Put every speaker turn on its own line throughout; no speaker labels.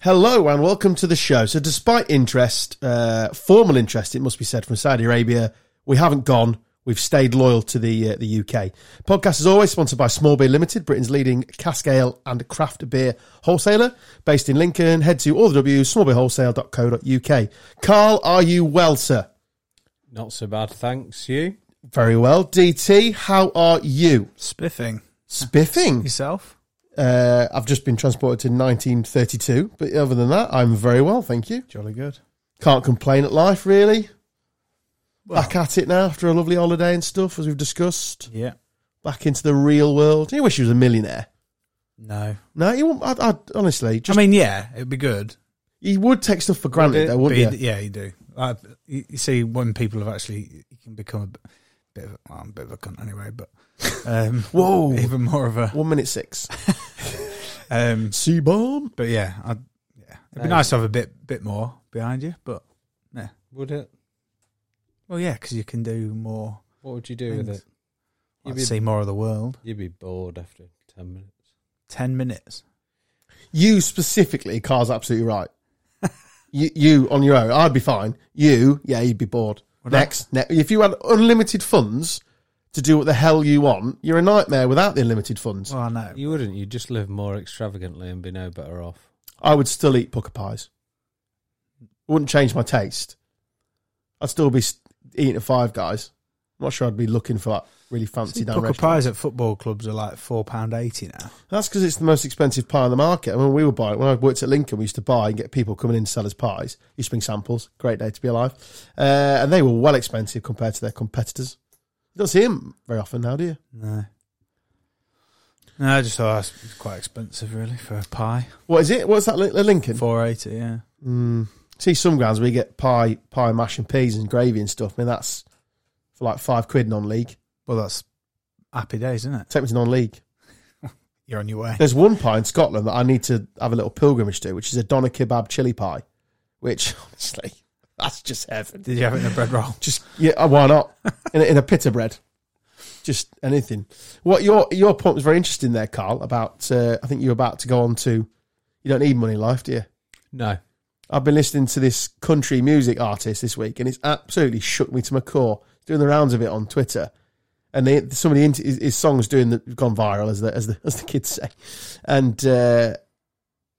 Hello and welcome to the show. So, despite interest, uh, formal interest, it must be said, from Saudi Arabia, we haven't gone. We've stayed loyal to the uh, the UK. Podcast is always sponsored by Small Beer Limited, Britain's leading cask ale and craft beer wholesaler, based in Lincoln. Head to all the W's, smallbeerwholesale.co.uk. Carl, are you well, sir?
Not so bad, thanks. You?
Very well. DT, how are you?
Spiffing.
Spiffing.
Yourself?
Uh, I've just been transported to 1932, but other than that, I'm very well, thank you.
Jolly good.
Can't complain at life, really. Back at it now after a lovely holiday and stuff, as we've discussed.
Yeah.
Back into the real world. You wish you was a millionaire.
No.
No, you won't. I'd, I'd, honestly, just
I mean, yeah, it'd be good.
you would take stuff for granted, though,
But
wouldn't
you'd-
you?
yeah, you do. Like, you, you see, when people have actually, you can become a b- bit of, a- well, I'm a bit of a cunt anyway, but um,
Whoa.
even more of a.
One minute six.
Um,
Sea bomb.
but yeah, I'd, yeah, it'd be nice to have a bit bit more behind you, but yeah,
Would it?
well, yeah, because you can do more,
What would you do with
Thanks.
it?
like,
You'd be,
see more of the world.
you'd be bored after ten minutes.
Ten minutes.
You specifically, Carl's absolutely right. you, you on your own, I'd be fine. You, yeah, you'd be bored.
I?
Next, ne- if you had unlimited funds to do what the hell you want, you're a nightmare without the unlimited funds.
Well, I know.
You wouldn't. You'd just live more extravagantly and be no better off.
I would still eat pucker pies. Wouldn't change my taste. I'd still be s- eating at Five Guys. I'm not sure I'd be looking for like really fancy
See,
down
pucker
restaurant.
pies at football clubs are like four pound eighty now.
That's because it's the most expensive pie on the market. I mean, we were buying when I worked at Lincoln. We used to buy and get people coming in to sell us pies. Used to bring samples. Great day to be alive. Uh, and they were well expensive compared to their competitors. You don't see them very often now, do you?
No. No, I just thought it was quite expensive, really, for a pie.
What is it? What's that? Lin- Lincoln.
Four eighty, yeah.
Mm. See, some grounds we get pie, pie, mash and peas and gravy and stuff. I mean, that's for like five quid non-league.
Well, that's happy days, isn't it?
Take me to non-league.
You're on your way.
There's one pie in Scotland that I need to have a little pilgrimage to, which is a doner kebab chili pie, which honestly, that's just heaven.
Did you have it in a bread roll?
Just yeah, why not in a, in a pita bread? Just anything. What your your point was very interesting there, Carl. About uh, I think you're about to go on to. You don't need money in life, do you?
No.
I've been listening to this country music artist this week, and it's absolutely shook me to my core. Doing the rounds of it on Twitter, and they, some of the int- his, his songs doing the, gone viral, as the as the as the kids say. And uh,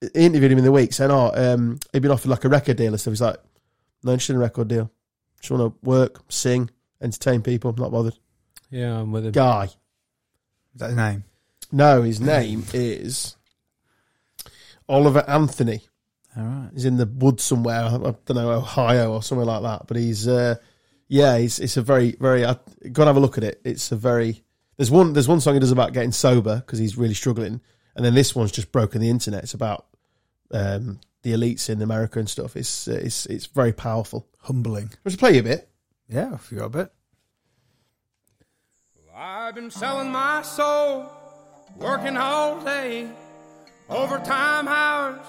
I interviewed him in the week, saying, "Oh, um, he'd been offered like a record deal and stuff." He's like, "No interested in a record deal. Just want to work, sing, entertain people. not bothered."
Yeah, I'm with him.
Guy,
Is that his name?
no, his name is Oliver Anthony.
All right.
he's in the woods somewhere. I don't know Ohio or somewhere like that. But he's uh, yeah, he's it's a very very. I go and have a look at it. It's a very there's one there's one song he does about getting sober because he's really struggling, and then this one's just broken the internet. It's about um, the elites in America and stuff. It's uh, it's it's very powerful.
Humbling.
I'll just play you a bit.
Yeah, if you got a bit.
I've been selling my soul, working all day, overtime hours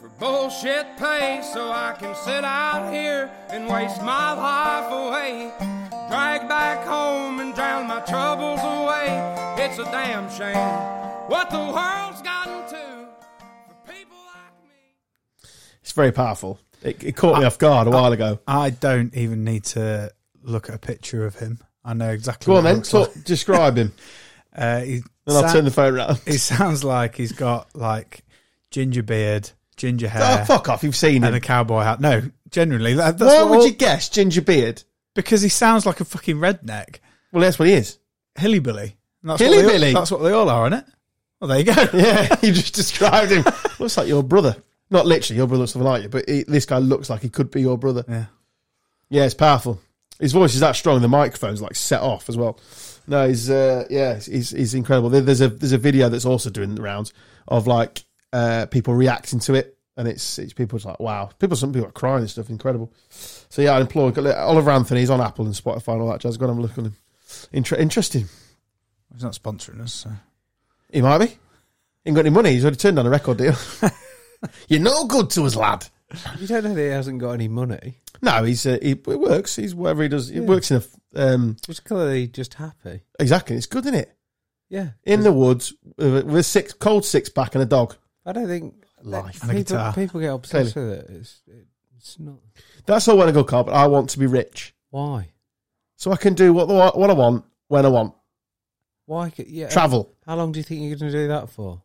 for bullshit pay, so I can sit out here and waste my life away. Drag back home and drown my troubles away. It's a damn shame what the world's gotten to for people like me.
It's very powerful. It, it caught me off guard a while ago.
I don't even need to look at a picture of him. I know exactly.
Go
what
on
he
then,
looks like.
talk, describe him,
Uh, he,
and I'll
sa-
turn the phone around.
he sounds like he's got like ginger beard, ginger hair,
Oh fuck off! You've seen
and a
him.
cowboy hat. No, generally, that, that's
Why
what
would
all-
you guess ginger beard?
Because he sounds like a fucking redneck.
Well, that's what he is.
Hillybilly. And That's
Hillybilly?
What they, all- that's what they all are, isn't it? Well, there you go.
Yeah, you just described him. looks like your brother. Not literally, your brother looks nothing like you, but he, this guy looks like he could be your brother.
Yeah.
Yeah, it's powerful. His voice is that strong. The microphone's like set off as well. No, he's uh, yeah, he's, he's incredible. There- There's a there's a video that's also doing the rounds of like uh, people reacting to it, and it's it's people just like wow, people some people are crying and stuff. Incredible. So yeah, I implore Oliver Anthony. He's on Apple and Spotify and all that jazz. Go and have a look on him. Inter- interesting.
He's not sponsoring us. So.
He might be. He ain't got any money. He's already turned down a record deal. You're no good to us, lad.
You don't know that he hasn't got any money.
No, he's uh, he, it works. He's whatever he does. It works in a um,
He's clearly just happy.
exactly. It's good, isn't it?
Yeah.
In the woods uh, with a six cold six pack and a dog.
I don't think
life.
And a
people,
guitar.
people get obsessed with it. It's, it's not.
That's all well and good, Carl, but I want to be rich
Why?
so I can do what the, what I want when I want.
Why? c- Yeah.
Travel
How long do you think you're going to do that for?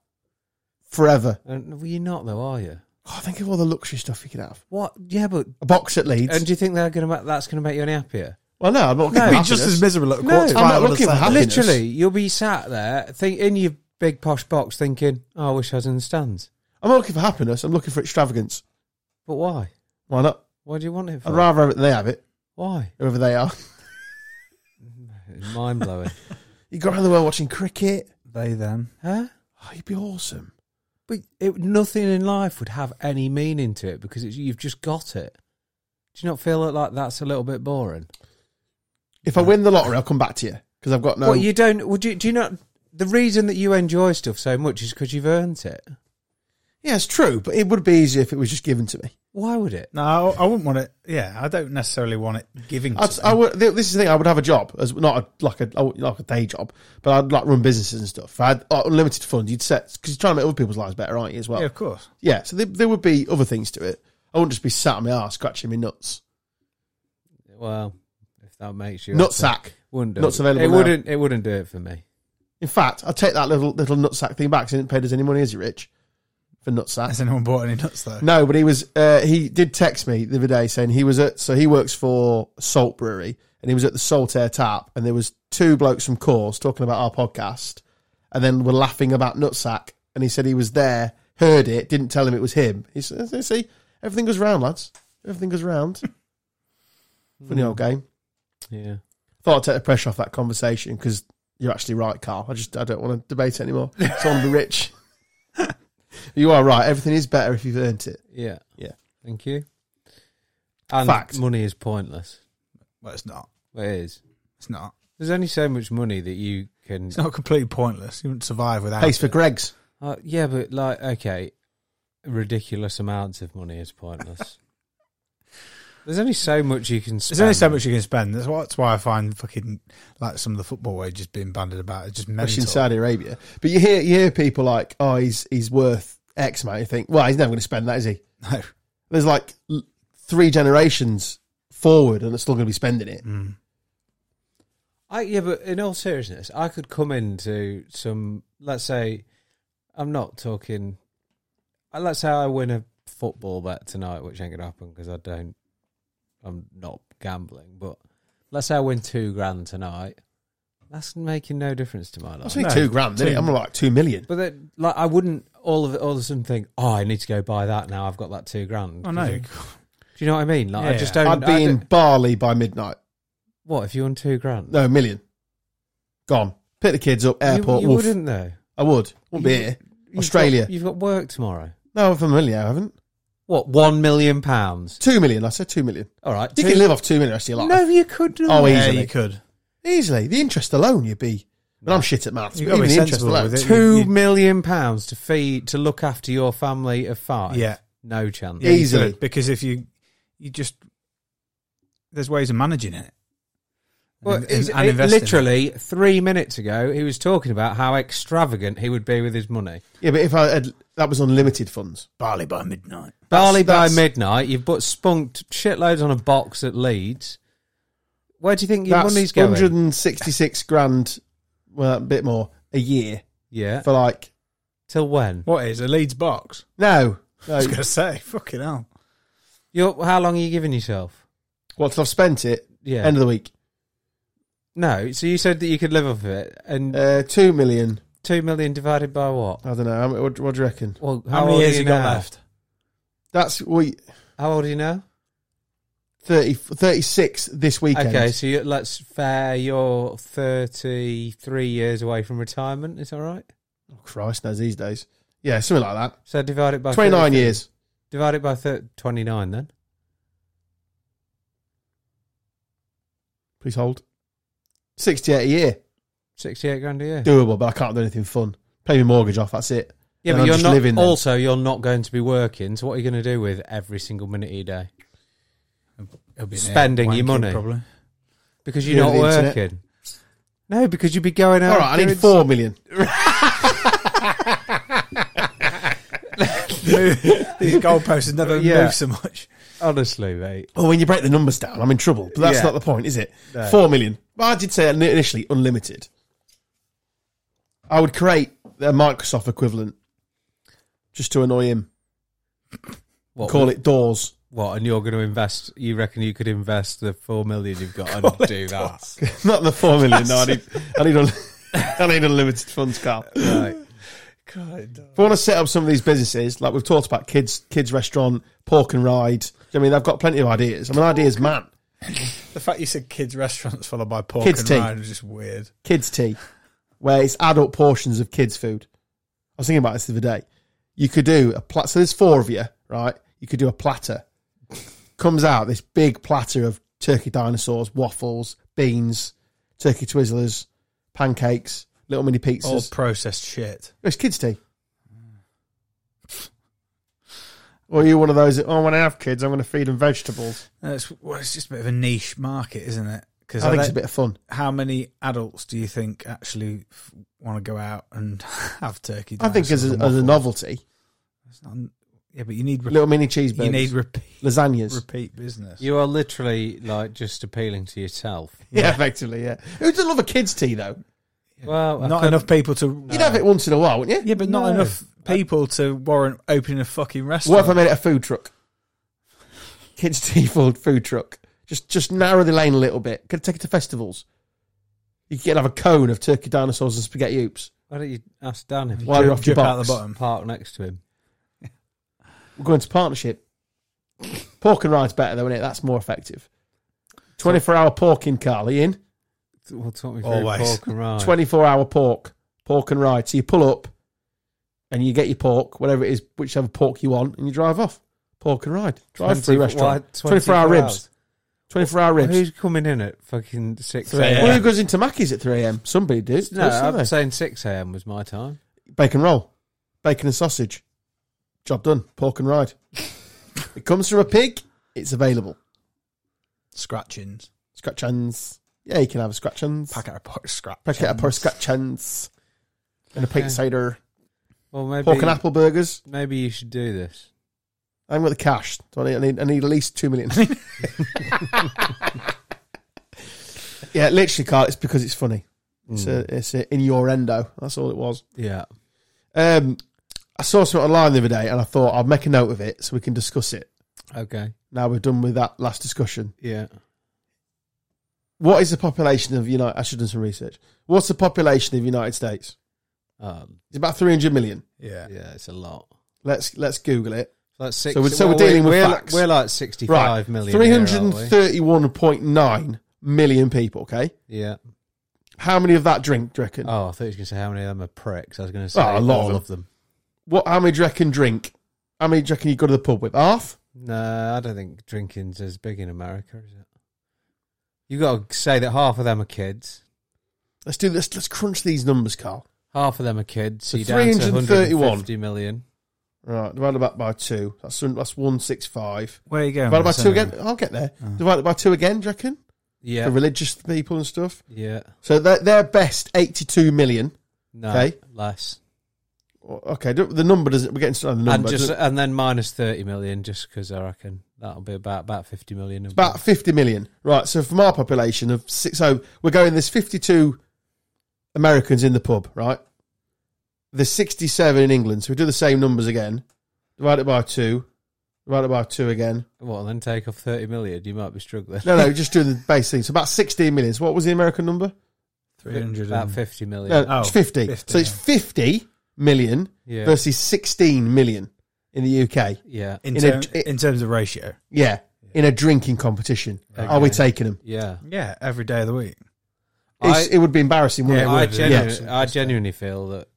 forever.
And well, you're not though, are you?
Oh, think of all the luxury stuff you could have.
What? Yeah, but
A box at Leeds.
and do you think they're going to make, that's going to make you any happier?
well, no, I'm not looking
No,
for
Be just
happiness.
as miserable at a
No,
quarter
I'm
to
not
five on a
looking for
Saturday.
happiness.
Literally, you'll be sat there think in your big posh box, thinking, "Oh, I wish I was in the stands."
I'm not looking for happiness. I'm looking for extravagance.
But why?
Why not?
Why do you want it for?
I'd rather have it than they have it,
Why?
whoever they are.
It's mind blowing,
You go around the world watching cricket.
They then.
huh?
Oh, you'd be awesome.
But it, nothing in life would have any meaning to it because it's, you've just got it. Do you not feel it like that's a little bit boring?
If I win the lottery, I'll come back to you because I've got no.
Well, you don't. Would you? Do you not? The reason that you enjoy stuff so much is because you've earned it.
Yeah, it's true, but it would be easier if it was just given to me.
Why would it?
No, I, I wouldn't want it. Yeah, I don't necessarily want it giving. To
I'd,
them.
I would. th- This is the thing. I would have a job as not a, like a oh, like a day job, but I'd like run businesses and stuff. If I had uh, unlimited funds. You'd set because you're trying to make other people's lives better, aren't you? As well.
yeah,
Yeah.
of course.
so there, there would be other things to it. I wouldn't just be sat on my ass scratching my nuts.
Well, if that makes you happy.
Nutsack.
wouldn't do
Nuts
it.
available
It
now.
wouldn't. It wouldn't do it for me.
In fact, I'll take that little little nutsack thing back. 'cause He didn't pay us any money, is he, Rich? For nutsack.
Has anyone bought any nuts though?
No, but he was. Uh, he did text me the other day saying he was at. So he works for Salt Brewery, and he was at the Salt Air Tap, and there was two blokes from Coors talking about our podcast, and then were laughing about Nutsack, and he said he was there, heard it, didn't tell him it was him. He said, "See, everything goes round, lads. Everything goes round." Funny old game.
Yeah.
Thought I'd take the pressure off that conversation because you're actually right, Carl. I just I don't want to debate it anymore. So I want to be rich. you are right. Everything is better if you've earned it.
Yeah.
Yeah.
Thank you. And
Fact.
money is pointless.
Well, it's not.
It is.
It's not.
There's only so much money that you can.
It's not completely pointless. You wouldn't survive without.
Pays for
it.
Greg's.
Uh, yeah, but like, okay, ridiculous amounts of money is pointless. There's only so much you can. Spend.
There's only so much you can spend. That's why, that's why I find fucking like some of the football wages being banded about. It's just
especially
mental.
in Saudi Arabia. But you hear you hear people like, oh, he's he's worth X amount. You think, well, he's never going to spend that, is he?
No.
There's like l- three generations forward, and they're still going to be spending it.
Mm. I, yeah, but in all seriousness, I could come into some. Let's say, I'm not talking. uh, Let's say I win a football bet tonight, which ain't gonna happen because I don't. I'm not gambling, but let's say I win two grand tonight. That's making no difference to my
I
life.
say
No,
two grand, didn't it?
two.
I'm like two million.
But then, like, I wouldn't all of all of a sudden think, "Oh, I need to go buy that now. I've got that two grand."
Oh,
I know.
Do you know what I mean? Like, I
Yeah.
just don't.
I'd
I
be in
don't-
Bali by midnight.
What if you won two grand?
No, a million. Gone. Pick the kids up.
You-
Airport.
You,
woof.
wouldn't though.
I would. Wouldn't be
You-
here.
You've
Australia.
got- you've got work tomorrow.
No, I'm familiar. I haven't.
What one million pounds?
Two million. I said two million.
All right.
You
two-
can live off two million the rest of your life.
no, you could.
Oh,
not.
easily.
Yeah, you could.
Easily. The interest alone, you'd be. But I'm shit at maths.
You've
but
got to
even
be
the interest
sensible
alone.
with it.
Two
You- you-
million pounds to feed to look after your family of five.
Yeah.
No chance.
Yeah, you
Easily.
could, because if you, you just there's ways of managing it.
Well,
And-
it's-
and- and
it-
investing it.
literally three minutes ago, he was talking about how extravagant he would be with his money.
Yeah, but if I had, that was unlimited funds.
Barley by midnight.
Barley
That's-
by midnight. You've put spunked shitloads on a box at Leeds. Where do you think your
That's
money's going?
166 grand, well, a bit more a year
Yeah.
for like
Till when?
What is a Leeds box?
no,
I
no.
was gonna say, fucking hell.
You're, how long are you giving yourself?
Well, till I've spent it.
Yeah.
End of the week,
No. So you said that you could live off it, and
uh, two million.
two million divided by what?
I don't know. How mu- What, what do you reckon?
Well,
How, many
old
years
are
you
you
got
now?
left?
That's we
How old are you now?
30, 36 this weekend.
Okay, so you, let's fair. You're thirty-three years away from retirement. Is that right?
Oh, Christ knows these days. Yeah, something like that.
So divide it by
Twenty nine
33
years.
Divide it by thir- twenty-nine. Then
Please hold. Sixty eight a year,
sixty-eight grand a year.
doable, but I can't do anything fun. Pay my mortgage off. That's it.
Yeah,
Then
but
I'm
you're
just
not.
living then.
also, you're not going to be working. So what are you going to do with every single minute of your day?
It'll be
Spending
near
your
wanking,
money.
probably.
Because you're
Yeah,
not
the internet.
working. No, because you'd be going out.
All right, I
doing
need four million.
move. These goalposts have never
Yeah.
moved so much.
Honestly, mate.
Well, when you break the numbers down, I'm in trouble. But that's
Yeah.
not the point, is it? Four million. Well, I did say initially unlimited. I would create a Microsoft equivalent just to annoy him.
What,
Call it Doors.
What? And you're going to invest? You reckon you could invest the four million you've got and do that?
not the four million. No, I need, I need, un- I need unlimited funds, Carl.
Right.
If I want to set up some of these businesses, like we've talked about, kids, kids restaurant, pork and ride. I mean, they've got plenty of ideas. I'm an ideas man.
The fact you said kids' restaurants followed by pork
Kids'
and
tea.
ride was just weird.
kids tea, where it's adult portions of kids food. I was thinking about this the other day. You could do a platter. So there's four of you, right? You could do a platter. Comes out this big platter of turkey dinosaurs, waffles, beans, turkey twizzlers, pancakes, little mini
All
pizzas.
processed shit.
It's kids tea. Or are you one of those? that, Oh, when I have kids, I'm going to feed them vegetables.
No, It's, well, it's just a bit of a niche market, isn't it? Because
I think it's a bit of fun.
how many adults do you think actually want to go out and have turkey?
I think as
dinosaurs
a,
and
as a
waffles?
novelty,
It's not- yeah, but you need re-
little mini cheeseburgers,
you need repeat
lasagnas.
repeat business.
You are literally like just appealing to yourself.
Yeah, effectively, yeah. Who doesn't love a kids' tea though?
Well, I
not
could-
enough people to.
You'd have it once in a while, wouldn't you?
Uh, Yeah, but not
No.
enough people to warrant opening a fucking
What if I
restaurant.
made it a food truck? Kids' tea food food truck. Just just narrow the lane a little bit. Could take it to festivals. You could get have a cone of turkey dinosaurs and spaghetti oops.
Why don't you ask Dan if you
While you're off your
Drip out the
box,
bottom.
park next to him?
we're going to partnership. Pork and ride's better though, isn't it? That's more effective. Twenty-four hour pork in Carly in.
Well, talk me through
Always.
pork and rye.
Twenty-four hour pork, pork and ride. So you pull up, and you get your pork, whatever it is, whichever pork you want, and you drive off. Pork and ride, drive through
20
restaurant,
why-
twenty-four hour
24
ribs.
hours?
24 hour ribs.
Who's coming in at fucking six
Three
a.m.?
Well, who goes into Mackey's at 3 a.m.? Somebody did.
No,
didn't they?
I'm saying six a.m. was my time.
Bacon roll, bacon and sausage. Job done. Pork and ride. it comes from a pig. It's available.
Scratchings.
Scratch hands. Yeah, you can have a scratch hands.
Packet of pork scratch.
Packet of pork scratch hands. And a pig
Okay.
cider.
Well, maybe
Pork and apple burgers.
Maybe you should do this.
I haven't got the cash. So I, need, I, need, I need at least two million. yeah, literally, Carl. It's because it's funny. It's
Mm.
a, it's a, in your endo. That's all it was.
Yeah.
Um, I saw something online the other day, and I thought I'll make a note of it so we can discuss it.
Okay.
Now we're done with that last discussion.
Yeah.
What is the population of United? I should have done some research. What's the population of the United States?
Um,
It's about three hundred million.
Yeah.
yeah, it's a lot.
Let's let's Google it.
That's six.
So we're- so we're dealing with
we're,
facts.
We're like
Right,
sixty-five million.
three
here, aren't
hundred thirty-one point nine million people. Okay,
we? Yeah.
how many of that drink? Do you reckon?
Oh, I thought you were going to say how many of them are pricks. I was going to say
Oh, a lot
all
of
of them.
What? How many do you reckon drink? How many do you reckon you go to the pub with? Half.
No, I don't think drinking's as big in America, is it? You got to say that half of them are kids.
Let's do this. Let's crunch these numbers, Carl.
Half of them are kids. So,
So
you're down to
331.
150 million.
Right, divided back by two. That's that's one six five.
Where are you going?
Divided by
with this
two again.
anyway?
I'll get there. Divided by two again. Do you reckon?
Yeah.
for religious people and stuff.
yeah.
So their their best eighty two million.
No.
Okay.
Less.
Okay, don't- the number doesn't. We're getting started on the
And
number.
just
Doesn't-
and then minus 30 million just because I reckon that'll be about, about 50 million. of
about fifty million, right? So from our population of six, so we're going. There's fifty two Americans in the pub, right? There's sixty seven in England. So we do the same numbers again. Divide it by two. Divide it by two again.
Well, then take off 30 million. You might be struggling.
No, no, just do the base thing. So about sixteen million. So what was the American number?
300
About
and-
50 million.
No,
Oh,
it's 50.
50,
So it's
yeah.
50 million
Yeah.
versus 16 million in the UK.
yeah.
in,
in a-
term- in terms of ratio.
Yeah, in a drinking competition. Are we taking them?
Yeah.
Yeah, every day of the week.
It's-
I-
it would be embarrassing, wouldn't
Yeah,
it?
I,
would,
genu-
yeah.
I genuinely feel that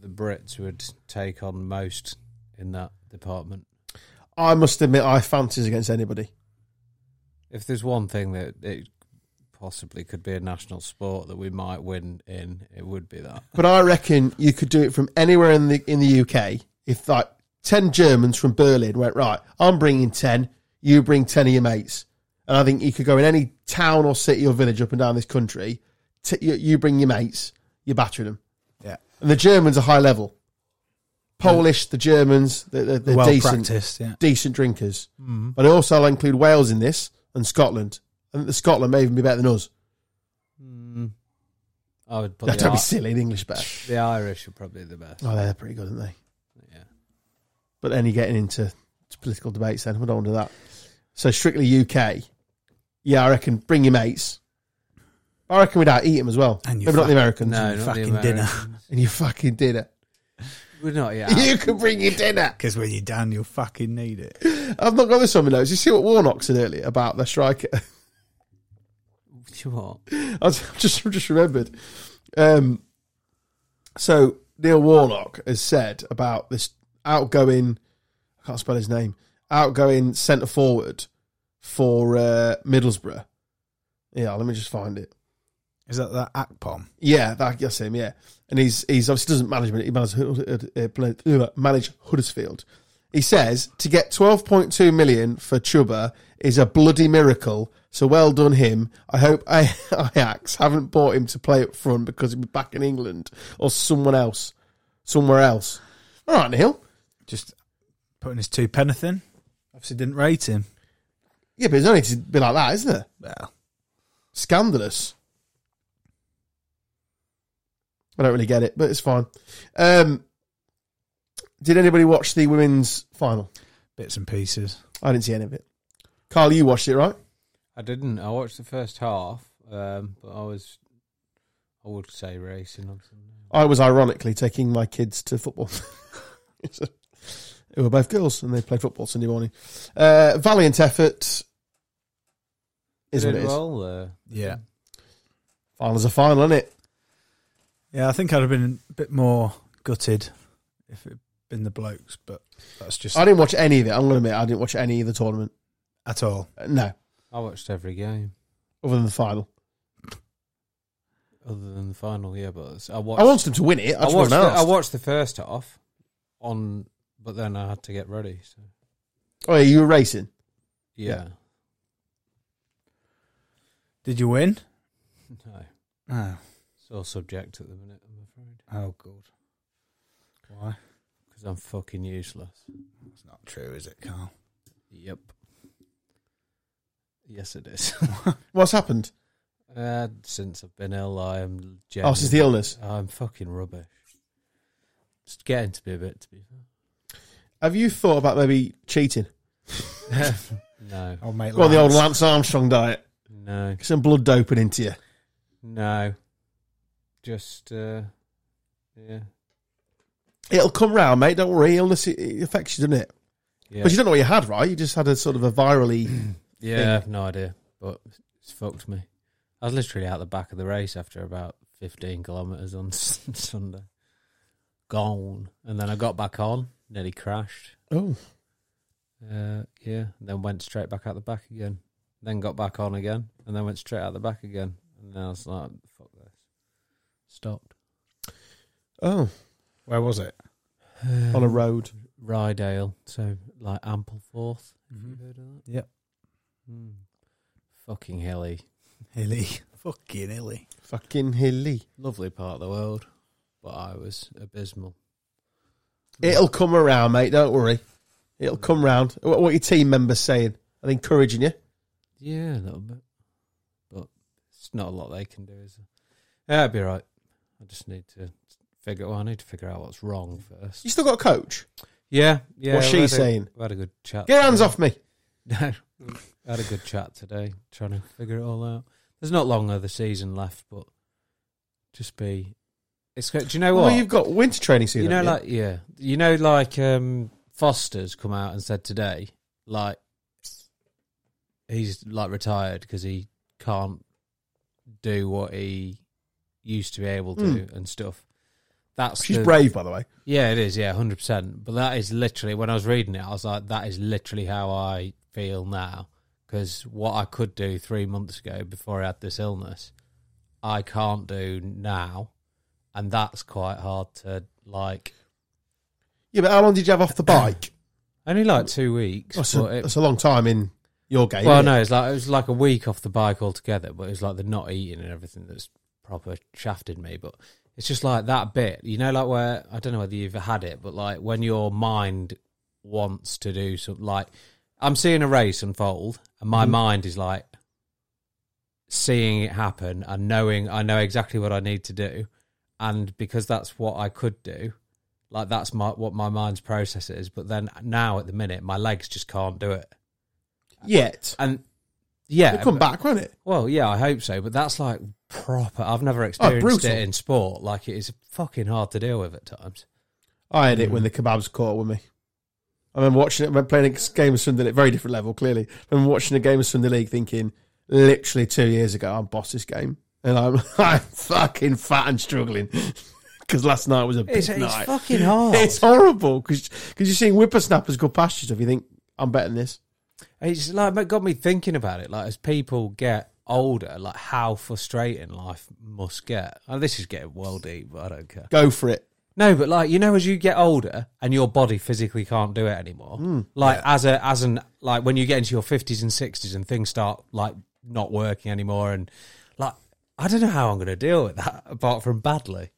the Brits would take on most in that department.
I must admit, I fancies against anybody.
If there's one thing that it possibly could be a national sport that we might win in, it would be that.
But I reckon you could do it from anywhere in the in the UK. If like ten Germans from Berlin went right, I'm bringing ten. You bring ten of your mates, and I think you could go in any town or city or village up and down this country. T- you, you bring your mates, you batter them,
Yeah.
and the Germans are high level. Polish, the Germans, they're, they're, they're
well
decent,
practiced. Mm-hmm. Yeah.
decent drinkers. But also, I'll include Wales in this and Scotland. I think the Scotland may even be better than us.
I would put
Don't
the,
be
Ir-
silly. The English better.
the Irish are probably the best.
Oh, they're pretty good, aren't they?
Yeah.
But then you're getting into political debates. Then we don't want to do that. So strictly UK. Yeah, I reckon bring your mates. I reckon we'd out eat them as well.
And
Maybe
your
not the Americans.
No, not
fucking
the
dinner.
Americans.
And your fucking dinner.
We're not yet.
You can bring your dinner.
Because when you're down, you'll fucking need it.
I've not got this on my notes. You see what Warnock said earlier about the striker?
You what?
I was- I've just just remembered. Um, so Neil Warnock has said about this outgoing, I can't spell his name, outgoing centre forward for uh, Middlesbrough. Yeah, let me just find it.
Is that that Akpom?
Yeah, that, that's him. Yeah, and he's he's obviously doesn't manage he manage, uh, play- uh, manage Huddersfield. He says to get twelve point two million for Chuba is a bloody miracle. So well done him. I hope I Ajax haven't bought him to play up front because he'll be back in England or someone else, somewhere else. All right, Neil.
Just putting his two penneth in. Obviously, didn't rate him.
Yeah, but it's only to be like that, is there?
Well,
Scandalous. I don't really get it, but it's fine. Um, did anybody watch the women's final?
bits and pieces.
I didn't see any of it. Carl, you watched it, right?
I didn't. I watched the first half, um, but I was, I would say racing on Sunday.
I was ironically taking my kids to football. So, They were both girls and they played football Sunday morning. Uh, valiant effort is what
Did
it is.
well there.
Yeah.
Final's a final, isn't it?
Yeah, I think I'd have been a bit more gutted if it had been the blokes, but that's just
I didn't watch any of it. I'm going to admit, I didn't watch any of the tournament.
at all.
Uh, no,
I watched every game
other than the final.
other than the final. Yeah, but it's- I watched.
I wanted them to win it. I,
I
just
watched.
wasn't
The,
asked.
I watched the first half on, but then I had to get ready. So
Oh, yeah, you were racing.
yeah,
Did you win?
no,
Oh,
it's all subject at the minute. I'm afraid
oh, good. Why?
because I'm fucking useless.
It's not true, is it, Carl?
Yep. Yes, it is.
What's happened?
uh, since I've been ill, I am.
Oh, since the illness.
I'm fucking rubbish. It's getting to be a bit. To be
Have you thought about maybe cheating?
fair. no,
Oh, mate,
Go on the old
Lance.
Lance Armstrong diet.
no,
Get some blood doping into you.
no. Just uh, yeah,
It'll come round, mate. Don't worry. Illness it- it affects you, doesn't it?
yeah,
But you don't know what you had, right? You just had a sort of a virally.
yeah. I have no idea, but it's fucked me. I was literally out the back of the race after about fifteen kilometers on S- Sunday, gone, and then I got back on, nearly crashed.
oh,
Uh, yeah, then went straight back out the back again. Then got back on again, and then went straight out the back again. And then I was like, "Fuck this!" Stopped.
oh,
Where was it?
on a road.
Rydale, so like Ampleforth.
Mhm.
Heard of that?
Yep.
Mm. Fucking hilly.
Hilly. Fucking hilly.
Fucking hilly.
Lovely part of the world, but I was abysmal.
It'll come around, mate. Don't worry. It'll come round. What, what are your team members saying and encouraging you?
Yeah, a little bit. But it's not a lot they can do, is there? Yeah, it'll be right. I just need to figure well, I need to figure out what's wrong first.
You still got a coach?
Yeah, yeah.
What's
we
she
had a-
saying?
we had a good chat.
Get your hands
today.
off me.
No. I had a good chat today, trying to figure it all out. There's not long of the season left, but just be. It's go- do you know what?
Well, you've got winter training season.
you know,
haven't
like yeah, you know, like um, Foster's come out and said today, like he's like retired because he can't do what he used to be able to and stuff. That's
Hmm. She's
the-
brave, by the way.
yeah, it is. Yeah, hundred percent. But that is literally when I was reading it, I was like, that is literally how I feel now. Because what I could do three months ago before I had this illness, I can't do now, and that's quite hard to like.
Yeah, but how long did you have off the bike?
Only like two weeks.
That's
but
Oh, a,
it-
that's a long time in your game.
well,
isn't it?
no, it's like it was like a week off the bike altogether. But it's like the not eating and everything that's proper shafted me, but it's just like that bit, you know, like where I don't know whether you've had it, but like when your mind wants to do something, like I'm seeing a race unfold, and my mind is like seeing it happen and knowing I know exactly what I need to do, and because that's what I could do. Like that's my what my mind's process is, but then now at the minute my legs just can't do it,
Yet.
and yeah,
It'll come
but-
back, won't it?
well, yeah, I hope so, but that's like proper. I've never experienced
Oh, brutal.
it in sport. Like it is fucking hard to deal with at times.
I had it when the kebabs caught with me. I remember watching it, I remember playing a game of Sunday League, very different level, clearly. I remember watching a game of Sunday League thinking, literally two years ago, I'm boss this game. And I'm, I'm fucking fat and struggling. Because last night was a big
It's,
night.
it's fucking hard.
It's
It's,
horrible because you're seeing whippersnappers go past you stuff. You think I'm better than this.
like it got me thinking about it. Like as people get older, like how frustrating life must get. Oh, this is getting well deep, but I don't care.
Go for it.
No, but like you know, as you get older and your body physically can't do it anymore.
Hmm.
like as a as an like when you get into your fifties and sixties and things start like not working anymore, and like I don't know how I'm going to deal with that apart from badly.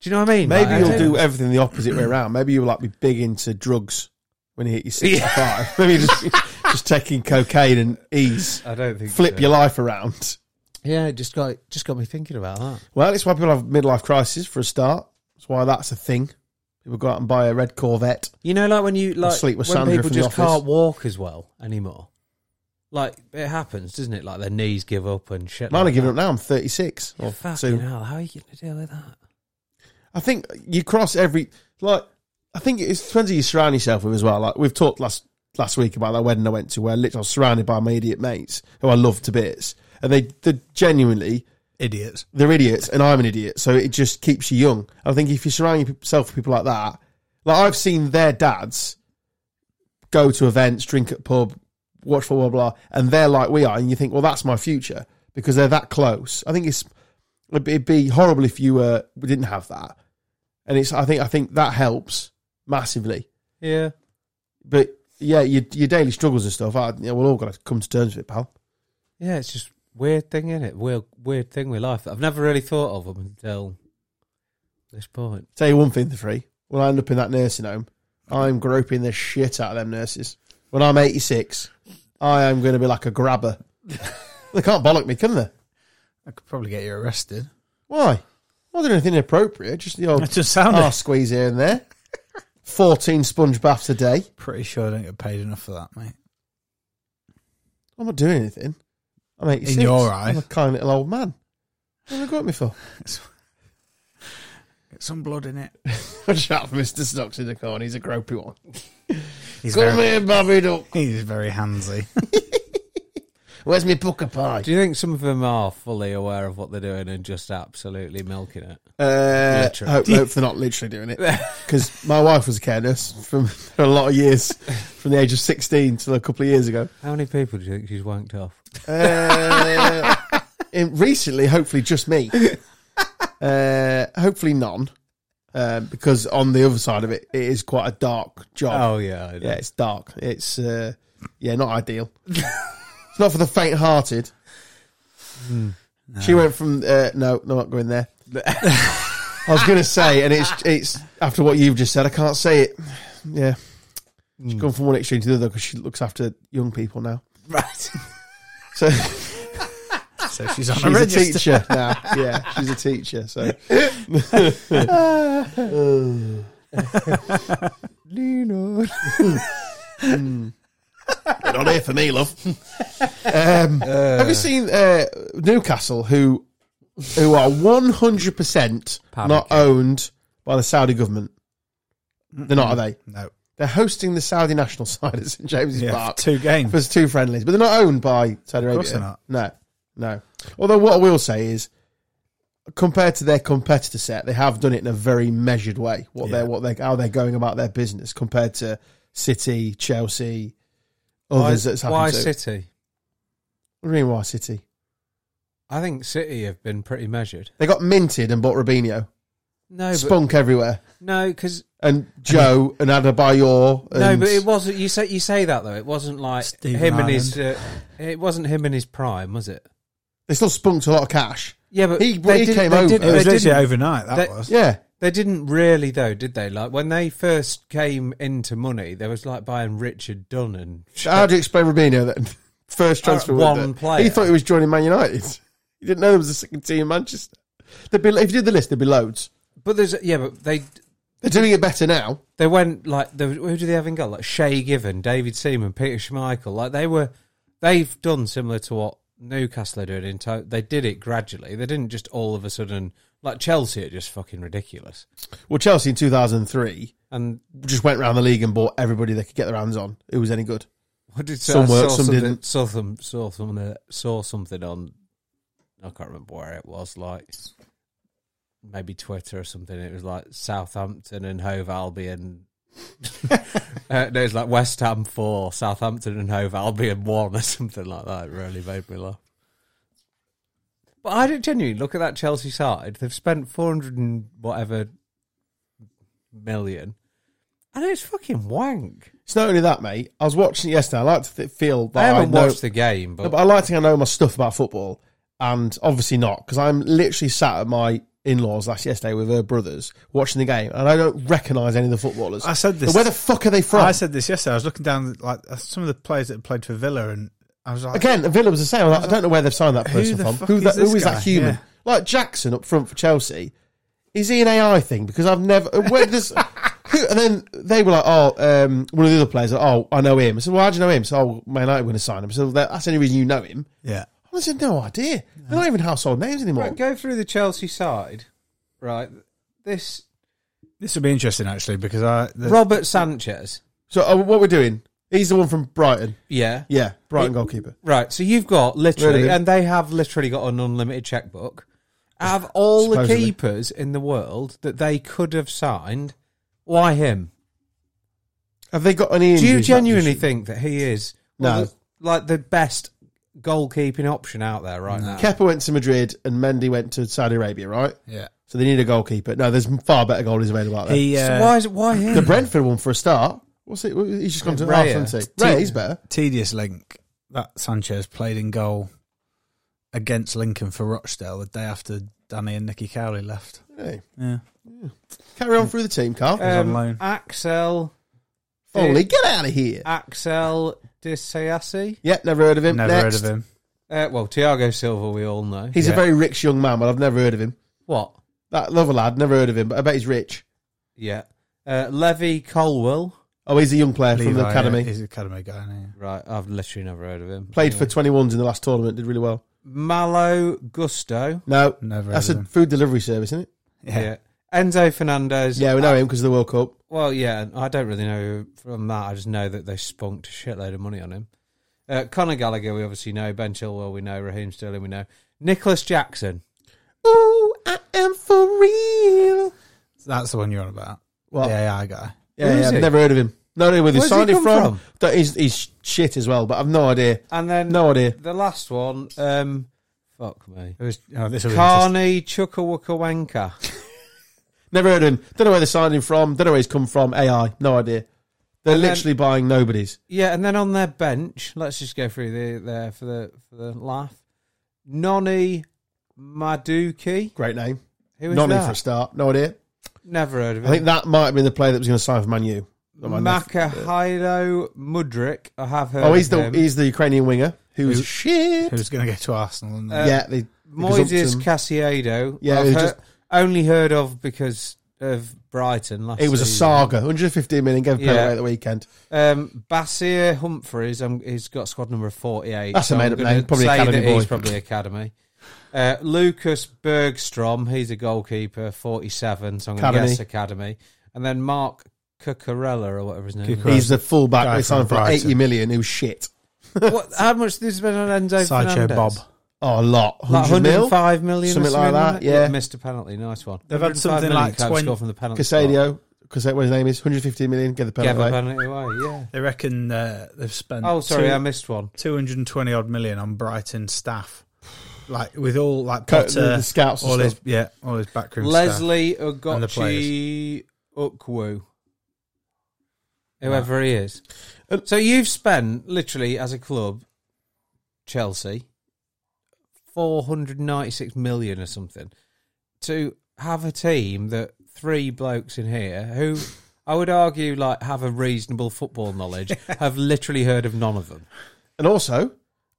Do you know what I mean?
Maybe
Like, I
you'll
don't-
do everything the opposite way around. Maybe you'll like be big into drugs when you hit your 65. Maybe you're just just taking cocaine and ease.
I don't think
Flip
so.
your life around.
Yeah, it just got just got me thinking about that.
Well, it's why people have midlife crises for a start. That's why that's a thing. People go out and buy a red Corvette.
You know, like when you like
sleep with
when
Sandra
people
from the
just
office.
can't walk as well anymore. Like it happens, doesn't it? Like their knees give up and shit.
Mine are
like
giving up
that.
now. I'm 36 or
Fucking
soon.
hell! How are you going to deal with that?
I think you cross every like. I think it depends who you surround yourself with as well. Like we've talked last last week about that wedding I went to, where literally I was surrounded by my idiot mates who I love to bits, and they they genuinely
Idiots.
they're idiots, and I'm an idiot, so it just keeps you young. I think if you surround yourself with people like that, like I've seen their dads go to events, drink at pub, watch football, blah, blah, and they're like we are, and you think, well, that's my future because they're that close. I think it's it'd be- it'd be horrible if you uh, didn't have that, and it's I think I think that helps massively.
Yeah.
But yeah, your, your daily struggles and stuff, I, you know, we're all gonna come to terms with it, pal.
Yeah, it's just weird thing, isn't it? Weird, weird thing with life. that I've never really thought of 'em until this point.
Tell you one thing for free. When I end up in that nursing home, I'm groping the shit out of them nurses. When I'm 86, I am going to be like a grabber. they can't bollock me, can they?
I could probably get you arrested.
Why? I did anything inappropriate. Just the
That
old
just sounded.
arse squeeze here and there. 14 sponge baths a day.
Pretty sure I don't get paid enough for that, mate.
I'm not doing anything. I'm 86.
your eyes.
I'm a kind little old man. What have they got me for?
Get some blood in it.
Watch out for Mr. Stocks in the corner. He's a gropey one.
He's
Come
very,
here, Bobby Duck.
he's very handsy.
Where's my pucker pie?
Do you think some of them are fully aware of what they're doing and just absolutely milking it?
Uh,
Literally.
hope, hope they're not literally doing it because my wife was a care nurse from for a lot of years, from the age of sixteen till a couple of years ago.
How many people do you think she's wanked off?
Uh, and recently, hopefully, just me. Uh, hopefully, none, um, because on the other side of it, it is quite a dark job.
yeah, I
yeah, it's dark. It's uh, yeah, not ideal. it's not for the faint-hearted. She went from uh, no, no, not going there. I was going to say, and it's it's after what you've just said, I can't say it. Yeah, she's gone from one extreme to the other because she looks after young people now.
right.
So
so she's on
she's
a
a
register.
teacher now. Yeah, she's a teacher. So
Leonard.
They're not here for me, love. Um, have you seen uh, Newcastle, who who are one hundred percent not
Panicking.
owned by the Saudi government? They're not, are they?
No.
They're hosting the Saudi national side at St James's
Yeah,
Park.
two games.
There's two friendlies, but they're not owned by Saudi Arabia.
course
No, no. Although what I will say is, compared to their competitor set, they have done it in a very measured way. What they're what they how they're going about their business compared to City, Chelsea, others that's happened
Why
to.
City?
What do you mean why City?
I think City have been pretty measured.
They got minted and bought Robinho,
No, but,
spunk everywhere,
no, because
and Joe and Adebayor. And
No, but it wasn't. You say you say that though. It wasn't like
Stephen
him and his. Uh, it wasn't him in his prime, was it?
they still spunked a lot of cash.
Yeah, but
He-
they
he
didn't-
came
they
over.
didn't-
It was
they
literally
didn't-
overnight. That,
that-
was.
Yeah.
They didn't really though, did they? Like when they first came into money, there was like buying Richard Dunn and
How do you explain Rubino then? First transfer
Uh,
window.
one player.
He thought he was joining Man United. He didn't know there was a second team in Manchester. There'd be, if you did the list, there'd be loads.
but there's yeah, but they
They're doing it better now.
they went like they, who do they have in goal? Like Shay Given, David Seaman, Peter Schmeichel. Like they were, they've done similar to what Newcastle are doing. In to- they did it gradually. They didn't just all of a sudden like Chelsea are just fucking ridiculous.
Well, Chelsea in 2003
And
just went round the league and bought everybody they could get their hands on who was any good.
what did
Some
I
worked,
saw
some
something-
didn't.
Saw some, saw some, uh, saw something on. I can't remember where it was. Like maybe Twitter or something. It was like Southampton and Hove Albion. uh, no, it's like West Ham four, Southampton and Hove Albion one, or something like that. It really made me laugh. But I don't genuinely look at that Chelsea side. They've spent four hundred and whatever million, and it's fucking wank.
It's not only that, mate. I was watching it yesterday. I like to th- feel that
I haven't
know-
watched the game,
No, but I like to think I know my stuff about football, and obviously not because I'm literally sat at my in-laws last yesterday with her brothers watching the game, and I don't recognise any of the footballers.
I said this-
Where the fuck are they from?
I said this yesterday. I was looking down like uh, some of the players that played for Villa, and I was like,
Again, Villa was the same. I, was like, I don't know where they've signed that
Who
person
the
from.
fuck
who
is
that, who
this
is
guy?
that human?
Yeah.
Like Jackson up front for Chelsea. Is he an AI thing? Because I've never. uh, Where does, who, and then they were like, oh, um, one of the other players, like, oh, I know him. I said, well, how do you know him? So, oh, Man United going to sign him. So that, that's the only reason you know him.
yeah,
I said, no idea. They're not even household names anymore.
Right, go through the Chelsea side. Right, this
this would be interesting actually because I the,
Robert Sanchez.
So uh, what we're doing? He's the one from Brighton.
Yeah.
Yeah, Brighton goalkeeper.
Right, so you've got literally,
Really?
and they have literally got an unlimited checkbook. Out of all the
Supposedly.
keepers in the world that they could have signed, why him?
Have they got any?
Do you
injuries that
genuinely
should-
think that he is
No.
one of the- like the best goalkeeping option out there right now?
Kepa went to Madrid and Mendy went to Saudi Arabia, right?
yeah.
So they need a goalkeeper. No, there's far better goalies available out there.
He
So
uh,
why is it, why him?
the Brentford one for a start. What's it? He's just gone to
Raya.
Arsenal. hasn't he? Raya, he's better.
tedious link that Sanchez played in goal against Lincoln for Rochdale the day after Danny and Nicky Cowley left.
Hey.
Yeah,
Carry on through the team, Carl.
was on
Um,
loan.
Axel,
Holy, get out of here.
Axel Disayasi.
Yeah, never heard of him.
never
Next.
heard of him.
Uh, well, Thiago Silva, we all know.
He's a
Yeah.
very rich young man, but I've never heard of him.
What?
That lover lad, never heard of him, but I bet he's rich.
Yeah. Uh, Levy Colwell.
Oh, he's a young player from the
Levi,
academy.
yeah, he's an academy guy. isn't he?
Right, I've literally never heard of him.
Played for 21s in the last tournament, did really well.
Malo Gusto.
No,
Never
that's
heard
a
of him.
food delivery service, isn't it?
Yeah. Enzo Fernandez.
Yeah, we know him because of the World Cup.
Well, yeah, and I don't really know from that. I just know that they spunked a shitload of money on him. Uh, Conor Gallagher, we obviously know. Ben Chilwell, we know. Raheem Sterling, we know. Nicholas Jackson.
Ooh, I am for real.
That's the one you're on about.
What?
The AI guy.
Yeah,
Who
yeah,
is
I've
he?
never heard of him. No idea where they
Where's he
signed him
come
from.
from?
That- he's, he's shit as well, but I've no idea.
And then
No idea.
the last one. Um, fuck me.
It was. Oh, this will be interesting.
Carney Chukawukawenka.
Never heard of him. Don't know where they signed him from. Don't know where he's come from. AI, no idea. They're
And then-
literally buying nobodies.
Yeah, and then on their bench, let's just go through the there for the for the laugh. Nonny Maduki.
Great name.
Who is
Nonny
that?
for a start. No idea.
Never heard of
I think
him.
that might have been the player that was going to sign for Man U. That might have-
Makahailo Mudrik. I have heard.
Oh, he's
of
the
him.
he's the Ukrainian winger who's
Who-
shit.
Who's going to go to Arsenal? And
Uh,
yeah, they, they
Moises
gazumped him.
Casiedo.
Yeah,
I've
it was
heard-
just-
only heard of because of Brighton last.
It was a
season.
saga. 115 million gave yeah.
Yeah.
away at the weekend.
Um, Basir Humphreys, um, he's got squad number 48.
That's a
I'm
made-up
gonna
name, probably
say
academy
that He's
boy.
probably academy. Uh, Lucas Bergstrom, he's a goalkeeper, 47, so I'm going to
Academy.
guess academy. And then Mark Cucurella, or whatever his name
Cucurella. Right.
He's the fullback
Guy
they signed
from
for
Brighton.
80 million. Who was shit.
is. what, how much this has been on Enzo
Sideshow
Fernandez?
Bob.
Oh, a lot.
Like
100 mil.
105 million or
Something like that,
it?
yeah.
Missed a penalty, nice one.
They've had
105
something
million
like
can't
20
score from the penalty. spot.
Casadio, Casadio, what his name is, 115 million, get the
Gave
penalty
a
away.
penalty away, yeah.
They reckon uh, they've spent.
Oh, sorry,
two-
I missed one.
220 odd million on Brighton staff. Like with all like
Co-
Potter,
the- the scouts and
all his
stuff.
yeah, all his backroom staff.
Leslie
the
Ugochi Ukwu. Whoever he is.
Um,
so you've spent literally as a club, Chelsea, 496 million or something to have a team that three blokes in here who I would argue like have a reasonable football knowledge have literally heard of none of them.
And also,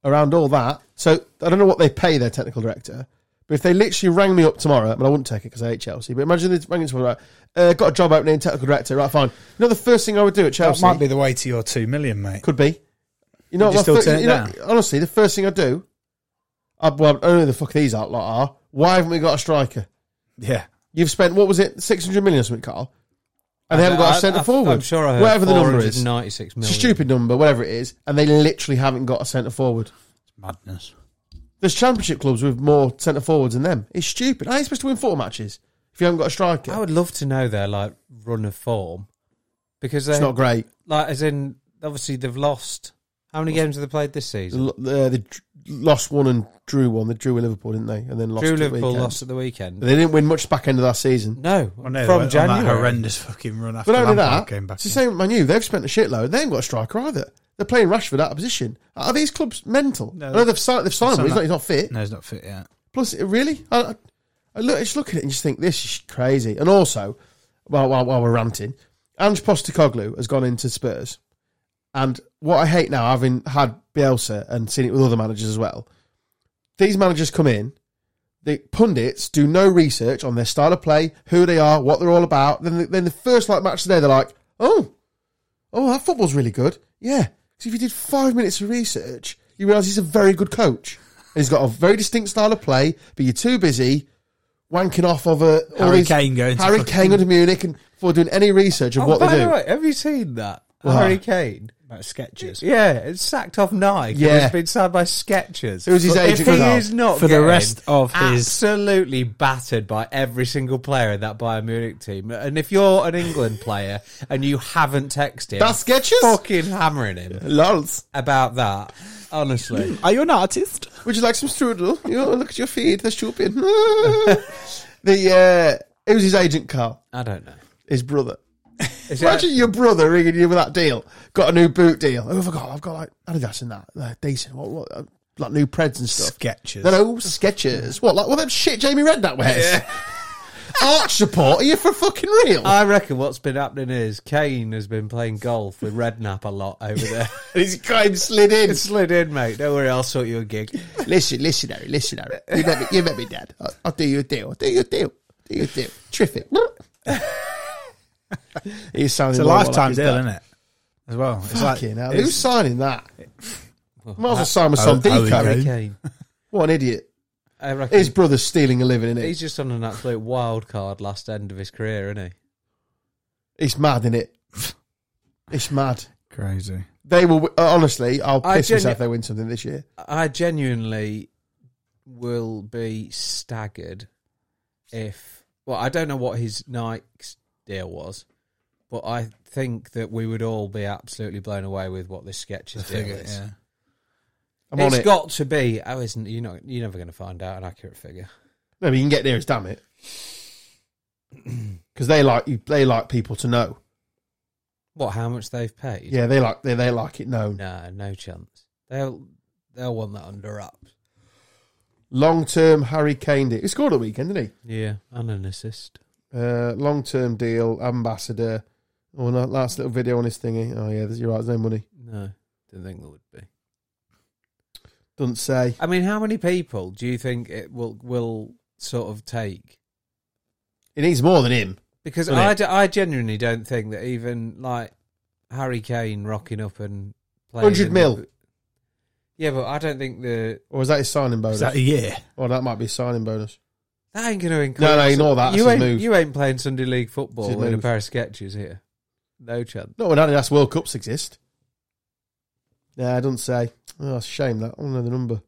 around all that, so I don't know what they pay their technical director, but if they literally rang me up tomorrow, I mean, I wouldn't take it because I hate Chelsea, but imagine they rang me tomorrow, right, uh, got a job opening, technical director, right, fine. You know, the first thing I would do at
That
Chelsea
might be the way to your two million, mate.
could be. You know,
Would you
my
still
fir-
turn it
you know,
down?
honestly, the first thing I do, I, well, I don't know who the fuck these out lot are. Why haven't we got a striker?
Yeah,
You've spent, what was it, 600 million or something, Carl? And they haven't got a centre forward.
I'm sure I heard
Whatever the number is. It's
496
a
million.
stupid number, whatever it is. And they literally haven't got a centre forward.
madness.
There's championship clubs with more centre forwards than them. It's stupid. How are you supposed to win four matches if you haven't got a striker?
I would love to know their like run of form because they
it's not great.
like as in obviously they've lost how many games have they played this
They
season?
lo- They they dr- lost one and drew one. They drew with Liverpool, didn't they? And then lost.
Drew
at the
Liverpool
weekend.
lost at the weekend.
They didn't win much back end of that season.
no,
they
from
went on that
January.
horrendous fucking run after
But not only
Lampard
that,
came back.
it's the same
in.
with Man U. They've spent a shitload. They ain't got a striker either. They're playing Rashford out of position. Are these clubs mental?
No,
I know they've signed, they've signed him.
signed
He's
that-
not, he's not fit.
No, he's not fit yet.
Plus, it- really, I, I- I look, I just look at it and just think this is crazy. And also, while while, while we're ranting, Ange Postecoglou has gone into Spurs, and what I hate now, having had Bielsa and seen it with other managers as well, these managers come in. The pundits do no research on their style of play, who they are, what they're all about. Then, the, then the first like match today, they're like, "Oh, oh, that football's really good." Yeah, 'Cause if you did five minutes of research, you realise he's a very good coach. And he's got a very distinct style of play, but you're too busy wanking off of a all
Harry
these-
Kane going to
Harry
fucking-
Kane going to Munich and before doing any research of
Oh,
what
by
they do.
the way, have you seen that
What?
Harry Kane?
About sketches.
Yeah, it's sacked off Nike.
Yeah.
Yeah, it's been signed by Skechers.
Who's his
But
agent
If he
now?
is not
For the
getting
rest of his-
absolutely battered by every single player in that Bayern Munich team, and if you're an England player and you haven't texted him,
That's sketches?
Fucking hammering him
Lols.
about that. Honestly,
Hmm, Are you an artist?
Would you like some strudel? You know, look at your feed. They're stupid. the uh, it was his agent, Carl,
I don't know.
his brother.
Is it-
Imagine your brother ringing you with that deal. Got a new boot deal. Oh, I forgot. I've got like Adidas and that. They're decent. What? What? uh, Like new Preds and stuff.
Sketches.
They're all sketches. What? Like what? That shit Jamie Redknapp wears. Arch support? Are you for fucking real?
I reckon what's been happening is Kane has been playing golf with Redknapp a lot over there.
He's kind of slid in.
It slid in, mate. Don't worry, I'll sort you a gig.
Listen, listen, Harry, listen, Harry. You met me, you met me Dad. I'll, I'll do you a deal. I'll do you a deal. Do you a deal. Terrific. He's sounding
It's a
more and more
lifetime
his
deal,
dad.
isn't it? As well. It's
Fucking hell.
it's-
Who's signing that? Might as well sign with
oh,
some
oh,
deco.
okay.
Harry Kane.
What an idiot.
I reckon
His brother's stealing a living, isn't
He's
it?
just on an absolute wild card last end of his career, isn't he?
It's mad, isn't it? It's mad.
crazy.
They will, wi- uh, honestly, I'll
I
piss myself
genu-
if they win something this year.
I genuinely will be staggered if well, I don't know what his Nike's deal was, but I think that we would all be absolutely blown away with what this
The
sketches deal
figure,
is.
yeah.
I'm
It's
on it.
got to be. Oh, isn't you know you're never going to find out an accurate figure.
no, but you can get near us, damn it. Because they like you, they like people to know.
What? How much they've paid?
Yeah, they like they, they like it known.
No, no chance. They'll they'll want that under wraps.
Long term Harry Kane deal. He scored at the weekend, didn't
Yeah, and an assist.
he? Uh, Long term deal, ambassador. Oh, no, last little video on his thingy. Oh, yeah, there's- you're right, there's no money.
No, didn't think there would be.
Doesn't say.
I mean, how many people do you think it will will sort of take?
It needs more than him.
Because
Will it?
I, d- I genuinely don't think that even like Harry Kane rocking up and playing
100
in
mil.
the- yeah, but I don't think the
Or is that his signing bonus?
Is that a year?
oh, that might be his signing bonus.
that ain't going to include.
No, no, ignore that. That's
You
his
ain't
move.
you ain't playing Sunday League
That's
football
his
in a
move.
pair of sketches here. No chance.
Not when Adidas World Cups exist. Nah, it doesn't say. Oh, it's a shame that. I don't know the number.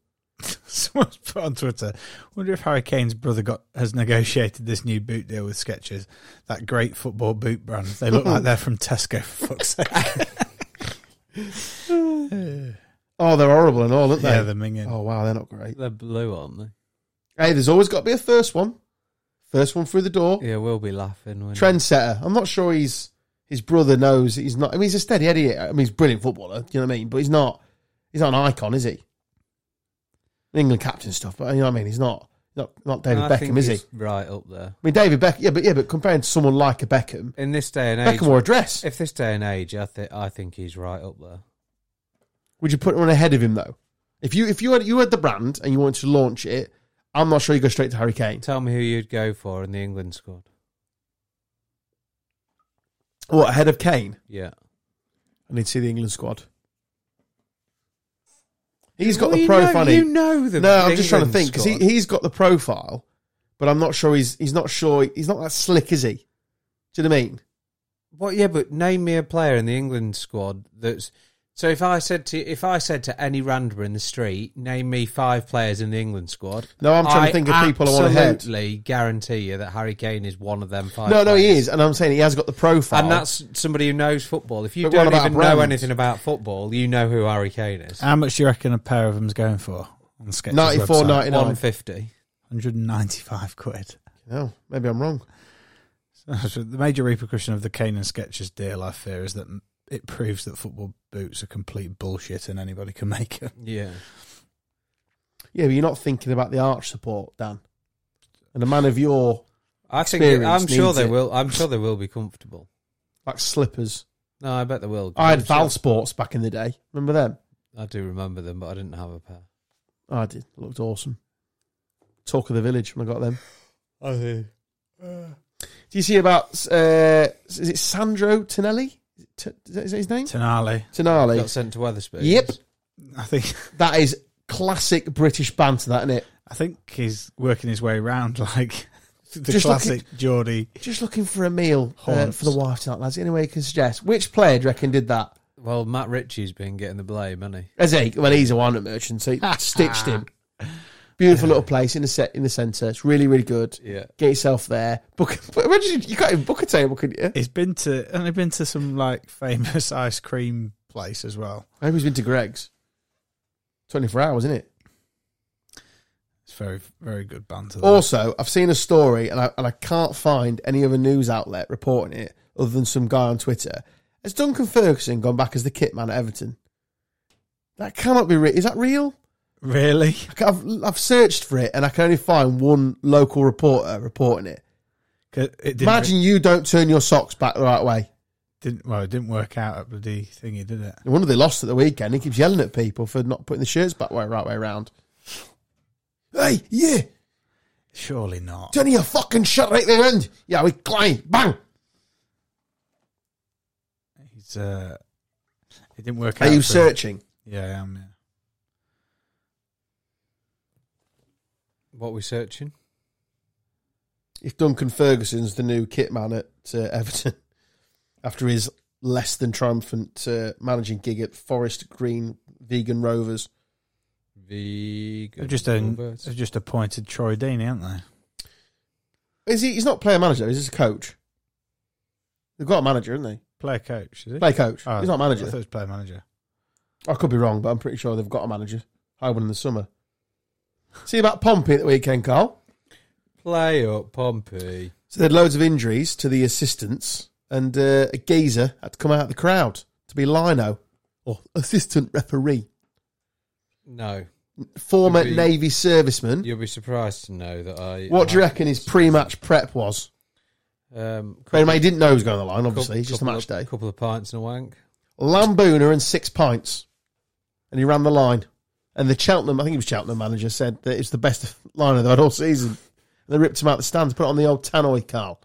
Someone's put on Twitter. Wonder if Harry Kane's brother got has negotiated this new boot deal with Skechers, that great football boot brand. They look like they're from Tesco. For fuck's sake!
Oh, they're horrible and all, aren't they?
yeah, they're minging.
oh, wow, they're not great.
They're blue, aren't they?
Hey, there's always got to be a first one. First one through the door.
Yeah, we'll be laughing when
trendsetter. I'm not sure he's his brother knows that he's not. I mean, he's a steady Eddie. I mean, he's a brilliant footballer. Do you know what I mean? But he's not. He's not an icon, is he? England captain stuff, but you know what I mean. He's not not, not David
I think
Beckham, is he? I
he's Right up there.
mean, David Beckham, yeah, but yeah, but compared to someone like a Beckham,
In this day and age,
Beckham wore a dress.
if this day and age, I think I think he's right up there.
Would you put one ahead of him though? If you if you had you had the brand and you wanted to launch it, I'm not sure you go straight to Harry Kane.
Tell me who you'd go for in the England squad.
What ahead of Kane?
Yeah,
I need to see the England squad. He's got
Well,
the
you
profile.
Know, you know them.
no, I'm just trying to
England
think because he,
squad.
he's got the profile, but I'm not sure he's he's not sure he's not that slick, is he? Do you know what I mean?
What? Yeah, but name me a player in the England squad that's. So if I said to if I said to any randomer in the street, name me five players in the England squad.
No, I'm trying to think of people I want ahead.
Absolutely guarantee you that Harry Kane is one of them five.
No, no, he
players.
is, and I'm saying he has got the profile.
And that's somebody who knows football. If you
But what
don't
about
even
brands?
know anything about football, you know who Harry Kane is.
How much do you reckon a pair of them's going for on Sketches
94,
website?
99.
150.
195 quid.
No, Oh, maybe I'm wrong.
So the major repercussion of the Kane and Sketches deal, I fear, is that it proves that football boots are complete bullshit and anybody can make them.
Yeah.
Yeah, but you're not thinking about the arch support, Dan, and a man of your
I think
Experience
I'm sure
needs
they
it.
will. I'm sure they will be comfortable.
like slippers.
No, I bet they will.
I had
I'm sure-
Val Sports back in the day. Remember them?
I do remember them, but I didn't have a pair.
I did. It looked awesome. Talk of the village when I got them.
I do.
Do you see about uh, is it Sandro Tonelli? Is it T- is that is that his name?
Tenali,
Tonelli.
Got sent to Weatherspoons.
Yep.
I think,
That is classic British banter, that isn't it?
I think he's working his way around like the
Just look
classic Geordie.
Just looking for a meal uh,
Haunts.
for the wife tonight, lads. Any way you can suggest? Which player do you reckon did that?
Well, Matt Ritchie's been getting the blame, hasn't he?
As a well, he's a wine merchant, so he stitched him. Beautiful little place in the set in the centre. It's really really good.
Yeah.
Get yourself there. Book. Imagine you can't even book a table, can you?
He's been to, and he's been to some like famous ice cream place as well.
I hope he's been to Greg's. Twenty four hours, isn't it?
It's very, very good banter. there.
Also, I've seen a story and I, and I can't find any other news outlet reporting it other than some guy on Twitter. Has Duncan Ferguson gone back as the kit man at Everton? That cannot be real. Is that real?
Really?
I ca- I've, I've searched for it and I can only find one local reporter reporting it.
'Cause It didn't,
Imagine you don't turn your socks back the right way.
didn't well, it didn't work out at bloody thingy, did it?
No wonder they lost at the weekend. He keeps yelling at people for not putting the shirts back way, right way around. Hey, yeah,
Surely not.
turn your fucking shirt right there end. Yeah, we climb, bang.
He's, uh, it didn't work
Are
out.
you
for him.
searching?
Yeah, I am. Yeah.
What we searching?
if Duncan Ferguson's the new kit man at uh, Everton after his less than triumphant uh, managing gig at Forest Green Vegan Rovers.
Vegan.
They've just, an, they've just appointed Troy Deeney, haven't they?
Is he? He's not player manager. He's just a coach. They've got a manager, haven't they?
Player coach, is he?
Play coach.
Oh,
he's not a
I
manager.
thought it was player manager.
I could be wrong, but I'm pretty sure they've got a manager. I won in the summer. See about Pompey at the weekend, Carl.
Play up, Pompey.
So they had loads of injuries to the assistants, and uh, a geezer had to come out of the crowd to be lino or assistant referee.
No.
former
Could be-
Navy serviceman.
You'll be surprised to know that I.
What do you reckon his pre-match prep was?
Um,
Bear in mind, he didn't know he was going on the line. Obviously,
cou-
it's just a
couple
match
of-
day.
couple of pints and a wank.
Lambooner and six pints, and he ran the line. And the Cheltenham, I think it was Cheltenham manager, said that it's the best liner they've had all season. And they ripped him out the stands, put it on the old tannoy, Carl.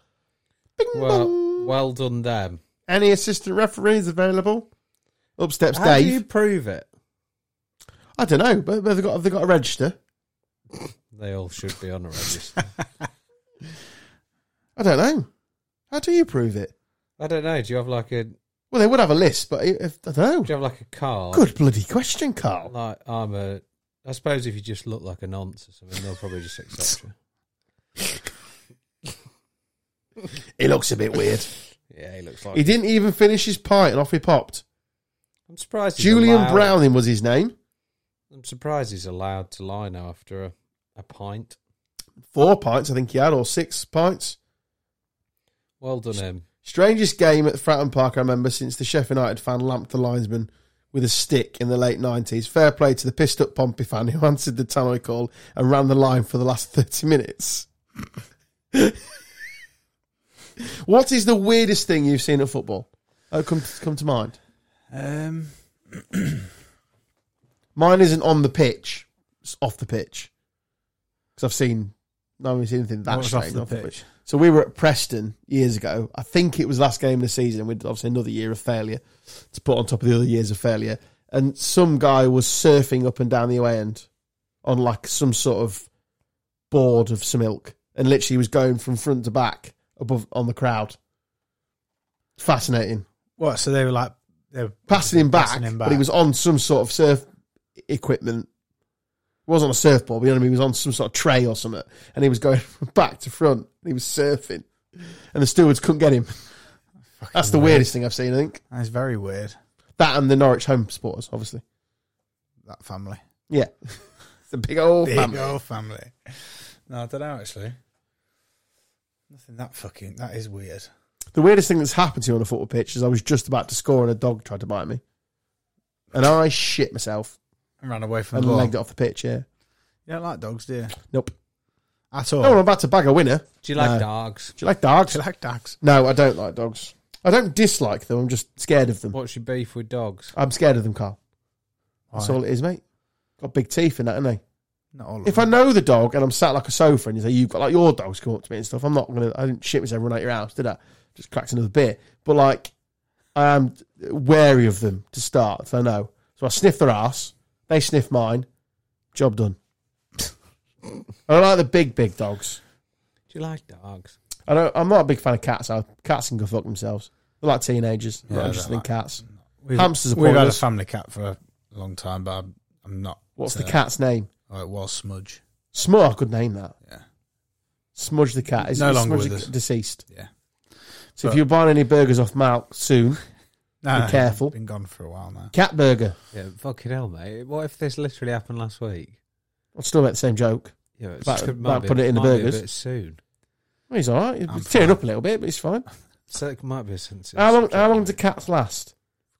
Bing
Well,
bong.
well done them.
Any assistant referees available? Up steps
How do
Dave.
you prove it?
I don't know, but but they've got, have they got a register?
They all should be on a register.
I don't know. How do you prove it?
I don't know. Do you have like a? Do
Well, they would have a list, but if, I don't
you
know.
have like a card?
Good bloody question, Carl.
Like I'm a. I suppose if you just look like a nonce or something, they'll probably just accept you.
He looks a bit weird.
Yeah, he looks like.
He didn't even finish his pint and off he popped.
I'm surprised. he's
Julian
allowed-
Browning was his name.
I'm surprised he's allowed to lie now after a, a pint.
Four pints, I think he had, or six pints.
Well done him.
Strangest game at Fratton Park I remember since the Sheffield United fan lamped the linesman with a stick in the late 90s. Fair play to the pissed up Pompey fan who answered the tannoy call and ran the line for the last 30 minutes. what is the weirdest thing you've seen at football? Oh, come, come to mind.
Um,
Mine isn't on the pitch, it's off the pitch. Because I've seen, no, I haven't seen anything that
what was
strange
off the pitch?
So we were at Preston years ago. I think it was last game of the season. and We'd obviously another year of failure to put on top of the other years of failure. And some guy was surfing up and down the away end on like some sort of board of some ilk, and literally was going from front to back above on the crowd. Fascinating.
What? So they were like they were
Passing him back,
Passing him
but he
back.
was on some sort of surf equipment. It wasn't a surfboard, but you know what I mean? He was on some sort of tray or something, and he was going from back to front. And he was surfing, and the stewards couldn't get him. That's the weirdest thing I've seen, I think.
That's very weird.
That and the Norwich home supporters, obviously.
That family,
Yeah. it's a big old
big
family.
old family. No, I don't know actually. Nothing that fucking that is weird.
The weirdest thing that's happened to you on a football pitch is I was just about to score and a dog tried to bite me. And I shit myself
And ran away from
and
the ball.
legged it off the pitch, yeah.
You don't like dogs, do you?
Nope.
At all.
Oh, I'm about to bag a winner. Do
Do you like
No.
dogs?
you like dogs?
Do you like dogs?
No, I don't like dogs. I don't dislike them. I'm just scared of them.
What's your beef with dogs?
I'm scared of them, Carl. That's
Why?
all it is, mate. Got big teeth in that, haven't they?
Not all. Of
If I
them.
know the dog and I'm sat like a sofa and you say, you've got like your dog's come up to me and stuff, I'm not going to, I didn't shit myself run out your house, did I? Just cracked another beer. But like, I am wary of them to start, if I know. So I sniff their ass, they sniff mine, job done. I don't like the big, big dogs.
Do you like dogs?
I don't, I'm not a big fan of cats. I, cats can go fuck themselves. They're like teenagers. I'm not interested in cats.
we've,
hamsters are
We've had a
pointless.
family cat for a long time, but I'm, I'm not.
What's
uh,
the cat's name?
Oh, it was Smudge.
Smudge. I could name that.
Yeah.
Smudge the cat. Is
No
is
longer
Smudge
with
the
us.
cat deceased.
Yeah.
So if
But-
you're buying any burgers off Malk soon,
No,
Be careful.
Been gone for a while now.
cat burger.
Yeah, fucking hell, mate. What if this literally happened last week?
I'll still make the same joke.
Yeah, it's
About-
could-
about
might be-
putting it in the
might be
burgers.
a bit soon.
Well, he's all right. He's
I'm
tearing
fine.
up a little bit, but he's fine.
So it might be a sensitive.
How long?
subject,
How long
mate.
do cats last?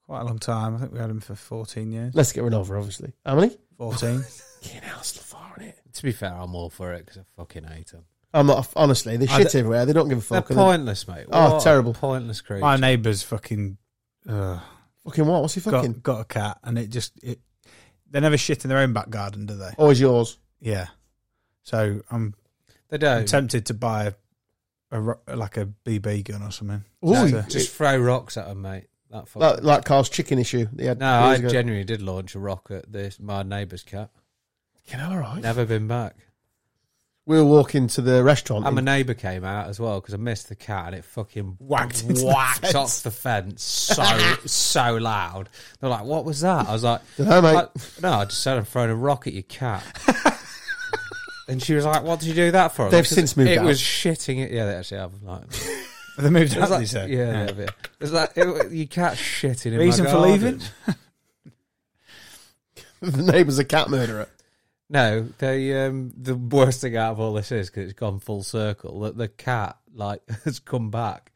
Quite a long time. I think we had him for 14 years.
Let's get rid of her, obviously. How many?
14.
Fucking hell, it's still far in it.
To be fair, I'm all for it because I fucking hate them.
I'm not. Honestly, they
I
shit
d-
everywhere. They don't give a
They're
fuck. and they-
pointless, mate.
Oh,
What a
terrible.
Pointless creature.
My neighbour's fucking uh,
Fucking what? What's he fucking?
got got a cat, and it just it. They never shit in their own back garden, do they?
Always yours.
Yeah. Oh. So I'm,
They
I'm
don't.
tempted to buy a, a ro- like a BB gun or something.
Ooh,
So-
Just throw rocks at them, mate. That fucking.
like, like Carl's chicken issue. They had
no, I
years ago.
genuinely did launch a rock at this my neighbour's cat.
Fucking hell, all right.
Never been back.
We were walking to the restaurant.
And my
in-
neighbour came out as well because I missed the cat and it fucking
Whacked into the
whacked
fence.
off the fence so so loud. They're like, "What was that?" I was like,
Dunno, mate.
"I- "No, I just said I'm throwing a rock at your cat." and she was like, "What did you do that for?" I was
They've
like, 'Cause
since moved
It
out.
was shitting. It. Yeah, they actually have. Like, it
They moved
was
out.
like-
they said.
yeah, yeah. yeah. It's like it, your cat's shitting. In
Reason
my
for
garden.
leaving?
the neighbour's a cat murderer.
No, they um, the worst thing out of all this is because it's gone full circle that the cat like has come back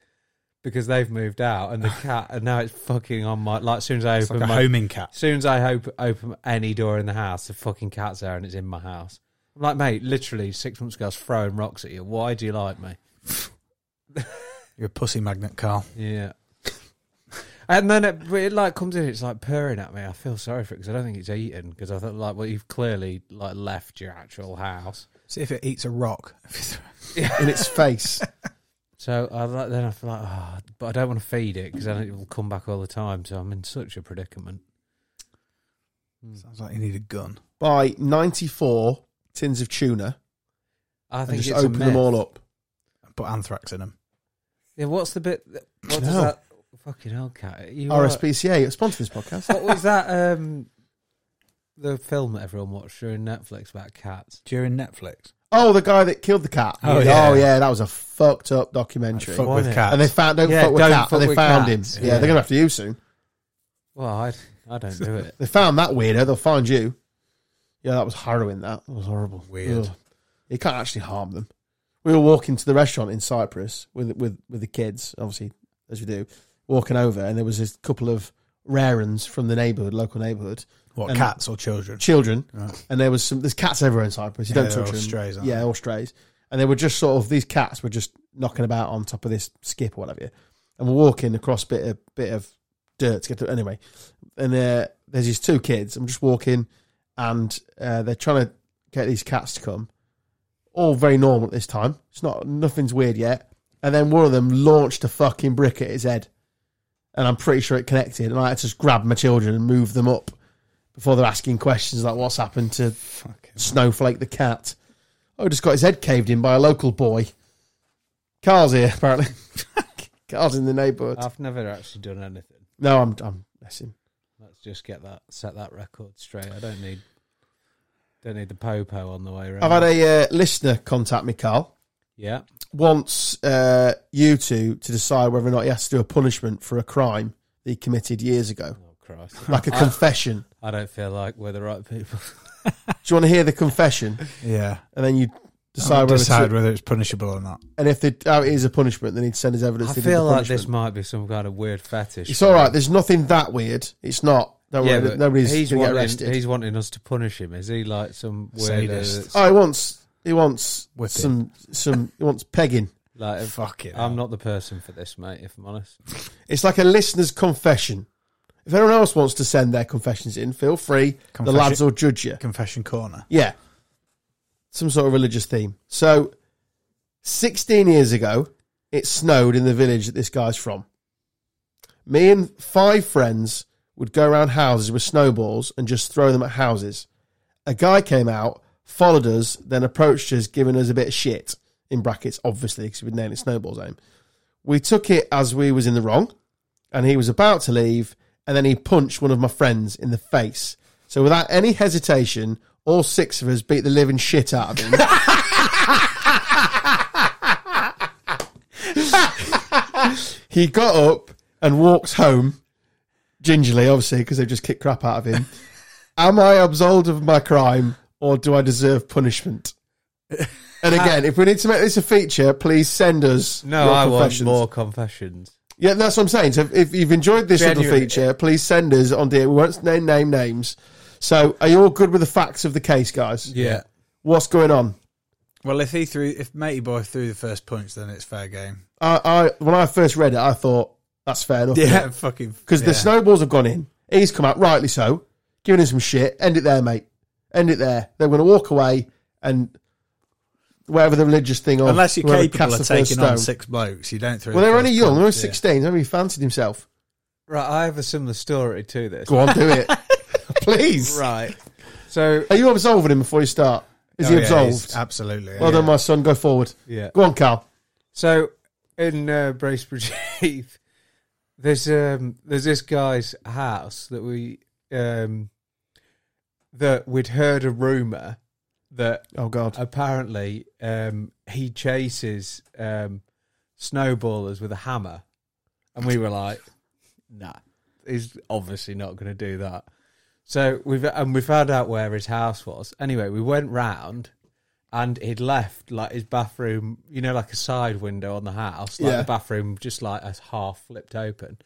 because they've moved out and the cat and now it's fucking on my like as soon as I
It's
open
like a
my
homing cat.
as soon as I open, open any door in the house the fucking cat's there and it's in my house. I'm like mate, literally six months ago I was throwing rocks at you. Why do you like me?
You're a pussy magnet, Carl.
Yeah. And then it, it like comes in, it's like purring at me. I feel sorry for it because I don't think it's eaten. Because I thought like, well, you've clearly like left your actual house.
See if it eats a rock.
in its face.
So I like, then I feel like, oh, but I don't want to feed it because then it will come back all the time. So I'm in such a predicament.
Hmm.
Sounds like you need a gun.
Buy 94 tins of tuna
I
and
think
just
it's
open them all up.
Put anthrax in them.
Yeah, what's the bit? that- What does
No.
that fucking hell, cat? You are-
RSPCA, sponsor this podcast.
What was that? Um, the film that everyone watched during Netflix about cats.
During Netflix.
Oh, the guy that killed the cat.
Oh, yeah.
oh yeah, that was a fucked up documentary.
Fuck
Why
with
not?
cats.
and they found don't
Yeah,
fuck with
don't
cat,
fuck
and they
with
found
cats.
him. Yeah, they're gonna have to you soon.
Well, I, I don't do it.
They found that weirdo. They'll find you. Yeah, that was harrowing. That, that was horrible.
Weird.
Ugh. You can't actually harm them. We were walking to the restaurant in Cyprus with with with the kids, obviously as we do, walking over, and there was this couple of rare uns from the neighborhood, local neighborhood,
What
And-
cats or children?
children,
Right.
and there was some. There's cats everywhere in Cyprus. You
Yeah,
don't
they're
touch
all
them.
strays, aren't
yeah,
they?
all strays. And they were just sort of these cats were just knocking about on top of this skip or whatever, and we're walking across bit of bit of dirt to get to anyway. And there, there's these two kids. I'm just walking, and uh, they're trying to get these cats to come. All very normal at this time. It's not nothing's weird yet. And then one of them launched a fucking brick at his head, and I'm pretty sure it connected. And I had to just grab my children and move them up before they're asking questions like what's happened to Snowflake the cat. Oh, just got his head caved in by a local boy. Carl's here, apparently. Carl's in the neighbourhood.
I've never actually done anything.
No, I'm I'm messing.
Let's just get that set that record straight. I don't need don't need the popo on the way around.
I've had a uh, listener contact me, Carl.
yeah.
Wants uh, you two to decide whether or not he has to do a punishment for a crime that he committed years ago,
Oh Christ!
like a confession.
I don't feel like we're the right people.
Do you want to hear the confession?
Yeah.
And then you decide whether
decide
to,
whether it's punishable or not. and
and if they, oh, it is a punishment, then he'd send his evidence.
I
to do the
feel like
punishment.
this might be some kind of weird fetish.
It's all right. There's nothing that weird. It's not. Don't
Yeah,
worry.
but
Nobody's
he's
going to get
wanting,
arrested.
he's wanting us to punish him. Is he like some weirdo?
Sadist.
That's
Oh, he wants. He wants
Whipping.
some. Some. He wants pegging.
like, if-
Fuck it.
I'm not the person for this, mate. If I'm honest,
It's like a listener's confession. If anyone else wants to send their confessions in, feel free. The
Confession-
lads will judge you.
Confession corner.
Yeah. Some sort of religious theme. So, 16 years ago, it snowed in the village that this guy's from. Me and five friends would go around houses with snowballs and just throw them at houses. A guy came out, followed us, then approached us, giving us a bit of shit, in brackets, obviously, because we'd nailed snowballs at him. We took it as we was in the wrong, and he was about to leave, and then he punched one of my friends in the face. So without any hesitation, all six of us beat the living shit out of him. he got up and walks home gingerly, obviously, because they've just kicked crap out of him. Am I absolved of my crime, or do I deserve punishment? And again, if we need to make this a feature, please send us.
no,
your
I want
confessions.
more confessions.
Yeah, that's what I'm saying. So if, if you've enjoyed this little
Genuinely.
feature, please send us on dear. We won't name name names. So are you all good with the facts of the case, guys?
Yeah,
What's going on?
Well, if he threw, if Matey Boy threw the first punch, then it's fair game.
I, I when I first read it, I thought that's fair enough.
fucking.
because
yeah.
the snowballs have gone in. He's come out rightly so, giving him some shit. End it there, mate. End it there. They're going to walk away and wherever the religious thing of
Unless you're
whoever
capable
casts
of
the first
taking on
stone.
six blokes, you don't throw.
Well,
the
they were
first
only young. They were
punch, yeah.
16. Maybe he fancied himself.
right. I have a similar story to this.
Go on, do it, please.
Right. So
Are you absolving him before you start? Is
Oh,
he
yeah, he's-
absolved?
absolutely.
well
yeah.
done, my son. Go forward.
yeah.
Go on, Cal.
So in uh, Bracebridge Heath, there's um there's this guy's house that we um that we'd heard a rumor that
Oh God.
apparently um he chases um snowballers with a hammer, and we were like, nah, he's obviously not going to do that. So we've and we found out where his house was. Anyway, we went round and he'd left like his bathroom, you know, like a side window on the house, like
Yeah.
the bathroom just like as half flipped open.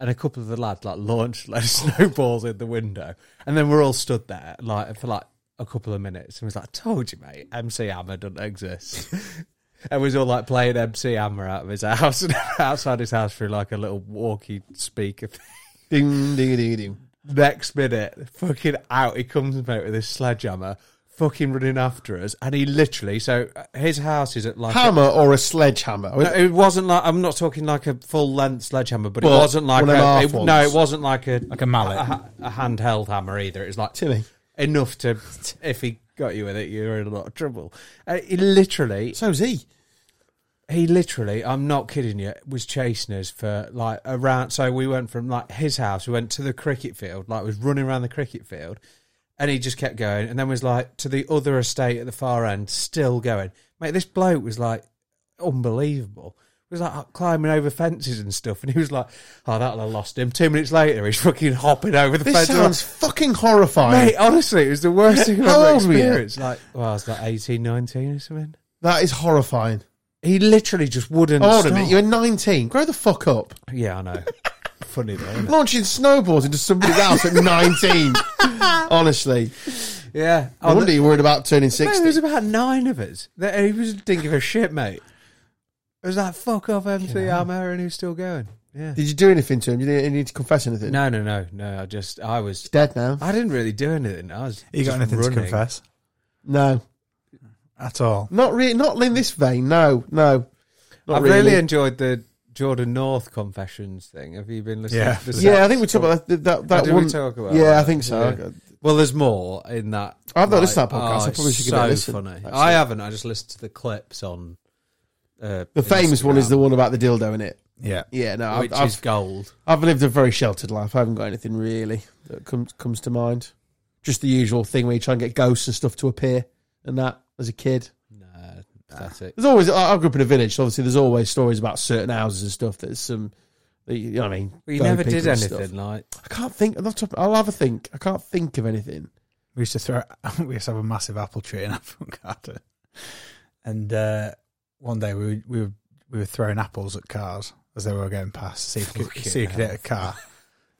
And a couple of the lads like launched like snowballs in the window. And then we're all stood there like for like a couple of minutes and was like, Told you, mate, MC Hammer doesn't exist. and was all like playing MC Hammer out of his house and outside his house through like a little walkie speaker thing
Ding, ding, ding, ding.
next minute, fucking out, he comes out with this sledgehammer, fucking running after us, and he literally. So uh, his house is at like. a-
Hammer or a sledgehammer?
no, it wasn't like I'm not talking like a full length sledgehammer, but it
Well,
wasn't like
one and a
a,
half
it-
ones.
no, it wasn't like a
Like a mallet.
a, a handheld hammer either. It was like
Timmy.
enough to if he got you with it, you were in a lot of trouble. Uh, he literally,
So's he.
he literally, I'm not kidding you, was chasing us for like around. So we went from like his house, we went to the cricket field, like was running around the cricket field, and he just kept going, and then was like to the other estate at the far end, still going. Mate, this bloke was like unbelievable. He was like climbing over fences and stuff, and he was like, "Oh, that'll have lost him." Two minutes later, he's fucking hopping over the
This
fence.
sounds fucking horrifying.
uh, Mate, honestly, it was the worst thing I've
How
ever
old were you?
experienced. Like, well, I was like 18, 19 or something.
That is horrifying.
He literally just wouldn't.
Hold on
stop.
a minute. You're 19. Grow the fuck up.
Yeah, I know. funny though. Isn't it?
Launching snowballs into somebody's house at 19. Honestly.
Yeah.
No
Oh,
wonder you're worried about turning
the- there was
60.
about nine of us. That- and He was didn't give a shit, mate. It was like fuck off MT Armour, and he was still going. Yeah.
Did you do anything to him? Did you need to confess anything?
No, no, no, no. I just I was
He's dead now.
I didn't really do anything. I was.
You got
just
anything to
running.
confess
No.
at all?
Not really. Not in this vein. No. No. Not
I've really. enjoyed the Jordan North confessions thing. Have you been listening?
Yeah.
to the
Yeah, I think we talked about that. That, that
did we
one.
talk about
yeah, I
that?
think so.
Yeah. Well, there's more in that. oh,
I've not listened to that podcast. I
it's
probably should give
so
it a listen,
Funny.
actually.
I haven't. I just listened to the clips on. Uh,
The famous one is the one about the dildo in it.
Yeah.
Yeah, no,
which
I've,
is
I've,
gold.
I've lived a very sheltered life. I haven't got anything really that comes comes to mind. Just the usual thing where you try and get ghosts and stuff to appear and that as a kid.
Nah, that's it.
There's always I I grew up in a village, so obviously there's always stories about certain houses and stuff. There's some, you know what I mean.
But you
going
never
people
did
and
anything
stuff.
like.
I can't think. I'm not top- I'll have a think. I can't think of anything.
We used to throw. We used to have a massive apple tree in our front garden, and uh, one day we were, we were we were throwing apples at cars as they were going past. See if you could,
Fucking
see if you could hit a car,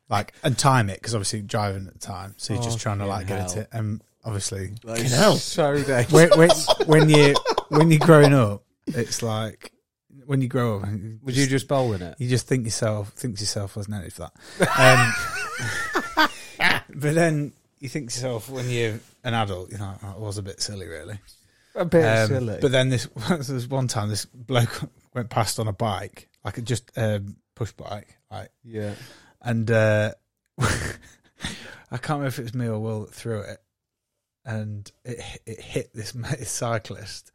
like and time it because obviously driving at the time. So you're just trying to like
Fucking
get it. To, and obviously,
Fucking hell.
So dangerous.
when, when, when you when you're growing up, it's like when you grow up.
Would you just bowl in it?
You just think yourself think to yourself wasn't it for that. Um, but then you think to yourself when you're an adult, you know that was a bit silly, really.
A bit
Um, But then this there was one time this bloke went past on a bike, like a just um, push bike, like,
yeah.
and uh, I can't remember if it was me or Will that threw it, and it hi- it hit this ma- this cyclist.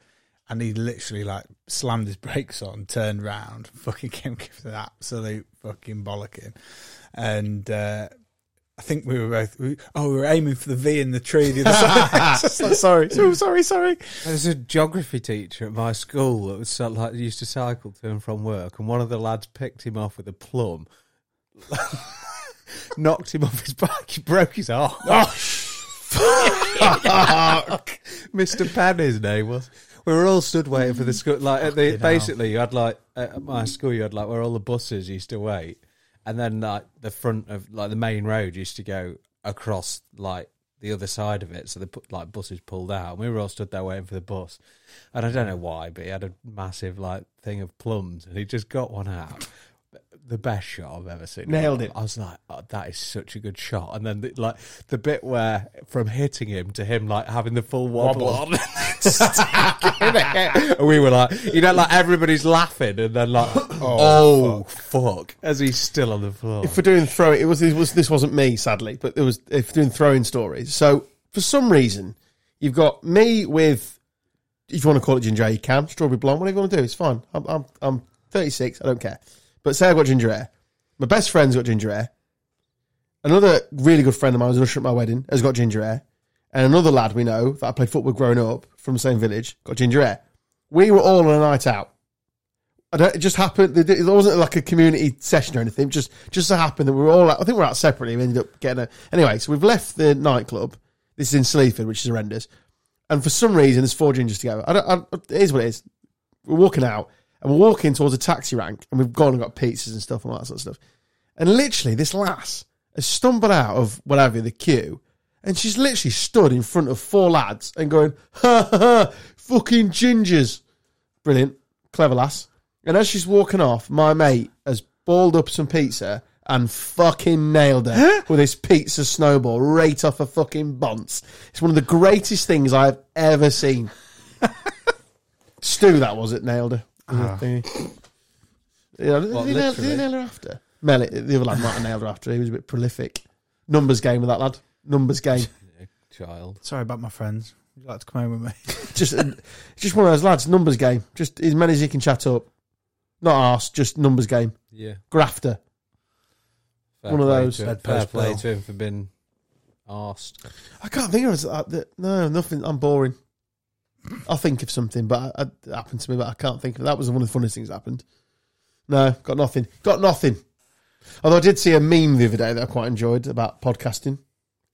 And he literally like slammed his brakes on, turned round, fucking came giving an absolute fucking bollocking. And uh, I think we were both, we, oh, we were aiming for the V in the tree the other side. Just like, sorry, sorry, Oh, sorry, sorry.
There's a geography teacher at my school that was so, like used to cycle to and from work, and one of the lads picked him off with a plum, knocked him off his bike, he broke his arm. Mr. Penn, his name was. We were all stood waiting for the school. Like at the,
Fucking hell.
basically, you had like at my school, you had like where all the buses used to wait, and then like the front of like the main road used to go across like the other side of it. So the pu- like buses pulled out, and we were all stood there waiting for the bus. And I don't know why, but he had a massive like thing of plums, and he just got one out. The best shot I've ever seen.
Nailed it.
I was like, oh, that is such a good shot. And then, the, like, the bit where from hitting him to him, like, having the full wobble, on. and we were like, you know, like, everybody's laughing. And then, like, oh, fuck. As he's still on the floor.
for doing throwing, it was, it was this wasn't me sadly, but it was if doing throwing stories. So for some reason, you've got me with if you want to call it ginger ale, you can strawberry blonde, whatever you want to do, it's fine. I'm I'm, I'm 36, I don't care. But say I've got ginger ale, my best friend's got ginger ale. Another really good friend of mine was an usher at my wedding has got ginger ale, and another lad we know that I played football with growing up from the same village got ginger ale. We were all on a night out. I don't, it just happened. There it wasn't like a community session or anything. Just just so happened that we were all. Out, I think we were out separately. We ended up getting a anyway. So we've left the nightclub. This is in Sleaford, which is horrendous. And for some reason, there's four gingers together. I don't, I, it is what it is. We're walking out and we're walking towards a taxi rank, and we've gone and got pizzas and stuff and all that sort of stuff. And literally, this lass has stumbled out of whatever the queue, and she's literally stood in front of four lads and going, "Ha ha ha, fucking gingers." Brilliant. Clever lass. And as she's walking off, my mate has balled up some pizza and fucking nailed her with his pizza snowball right off a fucking bonce. It's one of the greatest things I've ever seen. Stu, that was it, nailed her.
Ah.
Thingy. Yeah, did he nail, did he
literally?
nail her after? Melly, the other lad might have nailed her after. He was a bit prolific. Numbers game with that lad. Numbers game.
Child.
Sorry about my friends. Would you like to come home with me?
just just one of those lads. Numbers game. Just as many as he can chat up. Not arse, just numbers game.
Yeah.
Grafter.
Fair
One of
play
those.
to him.
Dead
Fair
post
play
Bill.
to him for being arsed.
I can't think of it. uh, that- No, nothing. I'm boring. I'll think of something, but I, I, it happened to me, but I can't think of it. That was one of the funniest things that happened. No, got nothing. Got nothing. Although I did see a meme the other day that I quite enjoyed about podcasting.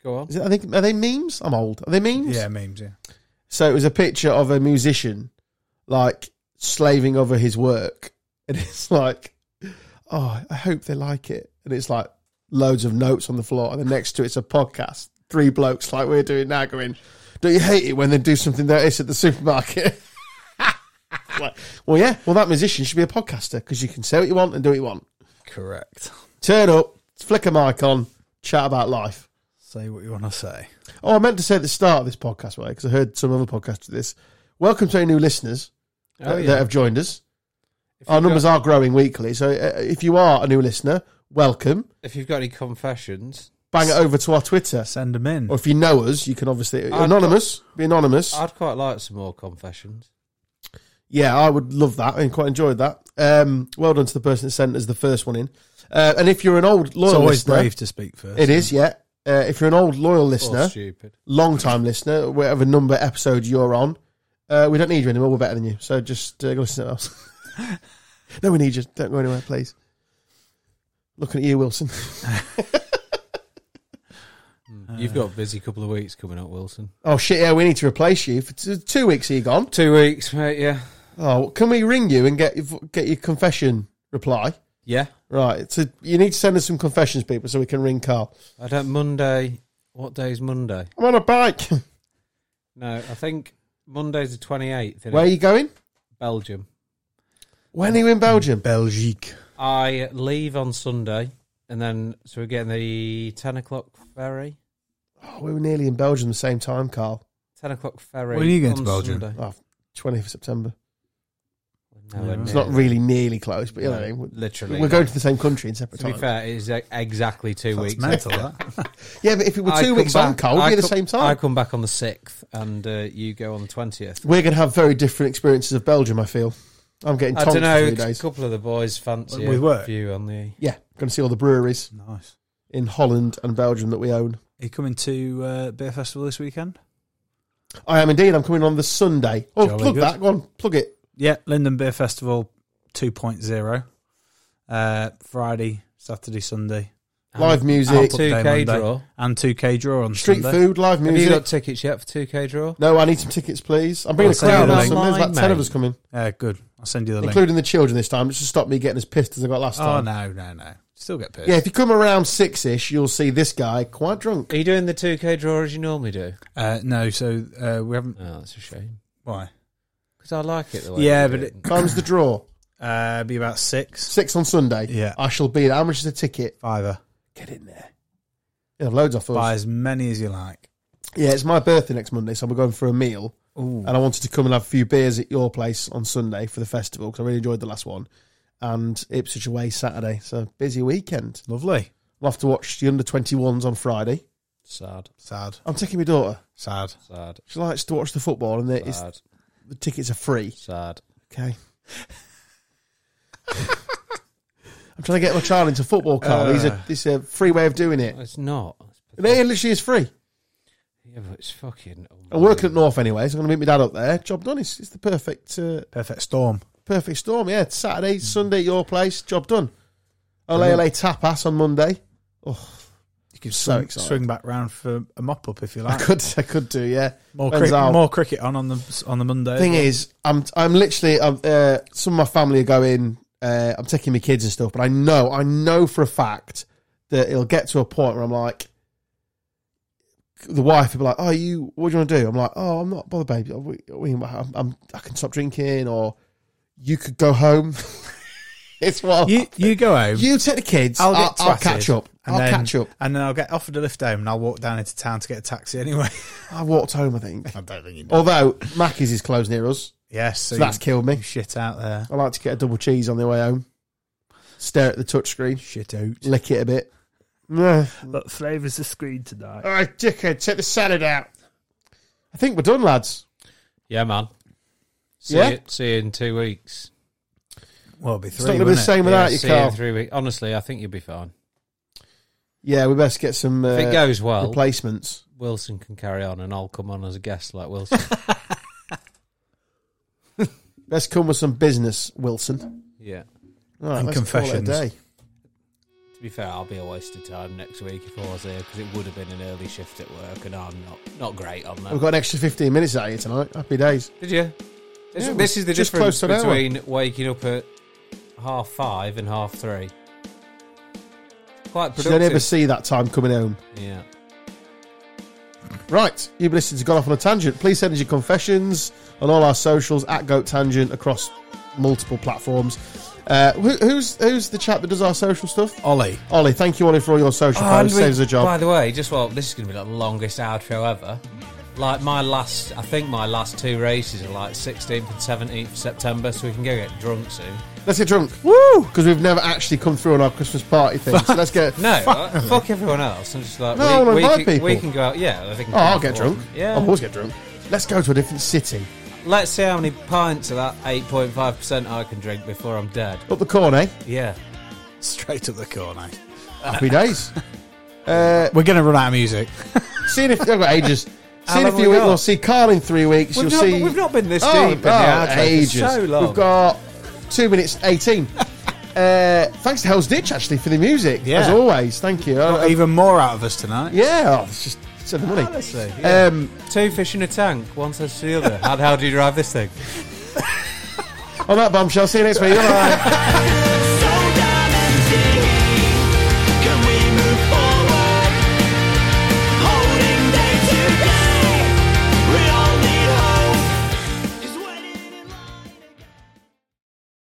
Go on.
Is it, I think are they memes? I'm old. Are they memes?
yeah, memes. Yeah.
So it was a picture of a musician, like slaving over his work, and it's like, oh, I hope they like it. and it's like loads of notes on the floor, and then next to it's a podcast. Three blokes like we're doing now going, Don't you hate it when they do something that is at the supermarket? Like, well, yeah, well, that musician should be a podcaster because you can say what you want and do what you want.
Correct.
Turn up, flick a mic on, chat about life.
Say what you want to say.
Oh, I meant to say at the start of this podcast, right? Because I heard some other podcast do this. Welcome to any new listeners
Oh,
that,
yeah.
that have joined us. Our
you've
numbers are growing weekly, so uh, if you are a new listener, welcome.
If you've got any confessions,
Bang it over to our Twitter,
Send them in.
or if you know us, you can obviously
I'd
anonymous. Be anonymous.
I'd quite like some more confessions.
Yeah, I would love that and quite enjoyed that. Um, well done to the person that sent us the first one in. Uh, and if you're an old loyal
it's always
listener,
brave to speak first.
It is, yeah. Uh, if you're an old loyal
Or
listener,
stupid.
long time listener, whatever number episode you're on, uh, we don't need you anymore. We're better than you, so just uh, go listen to us. no, we need you. Don't go anywhere, please. Looking at you, Wilson.
You've got a busy couple of weeks coming up, Wilson.
Oh shit! Yeah, we need to replace you for t- two weeks. Are you gone?
Two weeks, mate. Yeah,
Oh, can we ring you and get your- get your confession reply?
yeah.
Right. So you need to send us some confessions, people, so we can ring Carl.
I don't Monday. What day's Monday?
I'm on a bike.
No, I think Monday's the twenty eighth in
Where are you going?
Belgium.
When are you in Belgium?
Belgique.
I leave on Sunday, and then so we're getting the ten o'clock ferry.
Oh, we were nearly in Belgium the same time, Carl.
Ten o'clock ferry.
When are you going
on
to Belgium?
Sunday.
Oh, 20th of September.
Nowhere
It's
It's
near
not
that.
really nearly close, but you know what I
No,
mean. We're-
literally.
We're going to the same country in separate
To be
times.
fair, it is e- exactly two
That's
weeks.
mental, that.
Yeah, but if it were
I
two
come
weeks on,
back-
Carl, we'd
I
be at the
come-
same
I
time.
come back on the sixth, and uh, you go on the twentieth.
We're going to have very different experiences of Belgium, I feel. I'm getting
I
tonked
don't
for
know.
three
A
days.
couple of the boys fancy
With
a
work?
view on the.
Yeah, going to see all the breweries
nice.
in Holland and Belgium that we own.
Are you coming to uh, Beer Festival this weekend?
I am indeed. I'm coming on the Sunday. Oh,
Jolly
plug
good.
that. Go on, plug it.
Yeah, London Beer Festival 2.0. Uh, Friday, Saturday, Sunday.
Live music,
Output day
2K
Monday.
draw.
And 2K draw on
street
Sunday.
food, live
Have you
music.
got tickets yet for two K draw?
no, I need some tickets, please. I'm bringing
I'll
a
send you
crowd
the
on
link.
Sunday. There's about
Mine,
10 of
mate.
us coming,
Uh, good. I'll send you the link.
including the children this time. It's to stop me getting as pissed as I got last
Oh,
time.
no, no, no. Still get pissed.
Yeah, if you come around six ish, you'll see this guy quite drunk.
Are you doing the two K draw as you normally do?
Uh, no, so uh, we haven't.
Oh, that's a shame.
Why?
Because I like it the way.
Yeah,
they do
but
Times the draw.
Uh, be about six.
Six on Sunday.
Yeah.
I shall be there. How much is a ticket?
Fiver.
Get in there. You'll have loads off us.
Buy as many as you like.
Yeah, it's my birthday next Monday, so we're going for a meal.
Ooh.
And I wanted to come and have a few beers at your place on Sunday for the festival because I really enjoyed the last one. And Ipswich away Saturday. So busy weekend.
Lovely.
We'll have to watch the under 21s on Friday.
sad,
Sad.
I'm taking my daughter.
Sad.
sad,
She likes to watch the football and it's,
sad,
the tickets are free.
sad.
Okay. I'm trying to get my child into football, Carl. He's
Uh.
a, it's a free way of doing it.
It's not. It's
And it literally is free.
Yeah, but it's fucking.
I'm working at North anyway, so I'm going to meet my dad up there. Job done. It's, it's the perfect uh,
Perfect storm.
perfect storm. Yeah, it's Saturday, Sunday at your place. Job done.
Uh-huh.
Ole ole tapas on Monday. Oh,
You can
So
swing,
excited.
swing back round for a mop up if you
I
like.
could I could do yeah.
More,
Depends
cricket,
how-
more cricket on on the on the Monday.
Thing is, I'm I'm literally I'm, uh, some of my family are going. Uh, I'm taking my kids and stuff, but I know I know for a fact that it'll get to a point where I'm like, the wife will be like, "Oh, you, what do you want to do?" I'm like, "Oh, I'm not bothered, baby. We, we, I'm, I'm, I can stop drinking, or you could go home." it's what
you you go home.
You take the kids. I'll,
I'll get
I'll
twatted,
catch up.
and
I'll
then-
catch up.
and then I'll get offered a lift home, and I'll walk down into town to get a taxi anyway.
I walked home. I think.
I don't think you know.
Although Mackie's is closed near us,
Yes, so,
so that's
you-
killed me.
shit out there.
I like to get a double cheese on the way home. Stare at the touchscreen,
Shit out.
lick it a bit. Nah.
What flavour's the screen tonight?
All right, dickhead, take the salad out. I think we're done, lads.
Yeah, man. See
Yeah?
You, see you in two weeks.
Well, it'll be three.
It's not going to be the
wouldn't it?
same without
yeah,
you,
see you in
Carl.
three weeks. Honestly, I think you'll be fine.
Yeah, we best get some
If it
uh,
goes well,
replacements.
Wilson can carry on, and I'll come on as a guest like Wilson.
Best come with some business, Wilson.
yeah.
All right,
And
let's call it a
confessions.
day.
To be fair, I'll be a waste of time next week if I was here because it would have been an early shift at work, and I'm not not great on that.
We've got an extra 15 minutes out here tonight. Happy days.
Did you? This,
Yeah,
this is the
just close
difference
to an hour.
between waking up at half five and half three. Quite
You don't
productive.
ever see that time coming home.
yeah.
Right, you've listened to Gone Off on a Tangent. Please send us your confessions on all our socials at Goat Tangent across multiple platforms. Uh, who, who's who's the chap that does our social stuff?
Ollie.
Ollie, thank you, Ollie, for all your social
Oh, and
posts.
we-
Saves a job.
By the way, just well, this is going to be like the longest outro ever. Like my last, I think my last two races are like 16th and 17th September, so we can go get drunk soon.
Let's get drunk. Woo! Because we've never actually come through on our Christmas party thing. so let's get.
No, fuck, fuck everyone else. I'm just like,
No, I wanna
we, we,
invite
can, we
people.
can go out. Yeah, I think.
Oh, I'll get drunk.
Yeah.
I'll always get drunk. Let's go to a different city.
Let's see how many pints of that 8.5% I can drink before I'm dead.
Up the corner, eh?
Yeah.
Straight up the corner.
Happy days. Uh,
We're going to run out of music.
See you in a few, I've got ages.
How
See you in a
long
few
we
weeks.
got?
We'll see Carl in three weeks.
We've
You'll
not,
see.
we've not been this
Oh,
deep in the
oh,
outro for
ages.
so long.
We've got two minutes eighteen. uh, thanks to Hell's Ditch actually for the music.
Yeah.
As always, thank you. I- I-
Even more out of us tonight.
yeah, oh, it's just so the money.
Honestly, yeah.
Um,
two fish in a tank, one says to the other. How, how do you drive this thing?
on that bombshell, see you next week. Bye.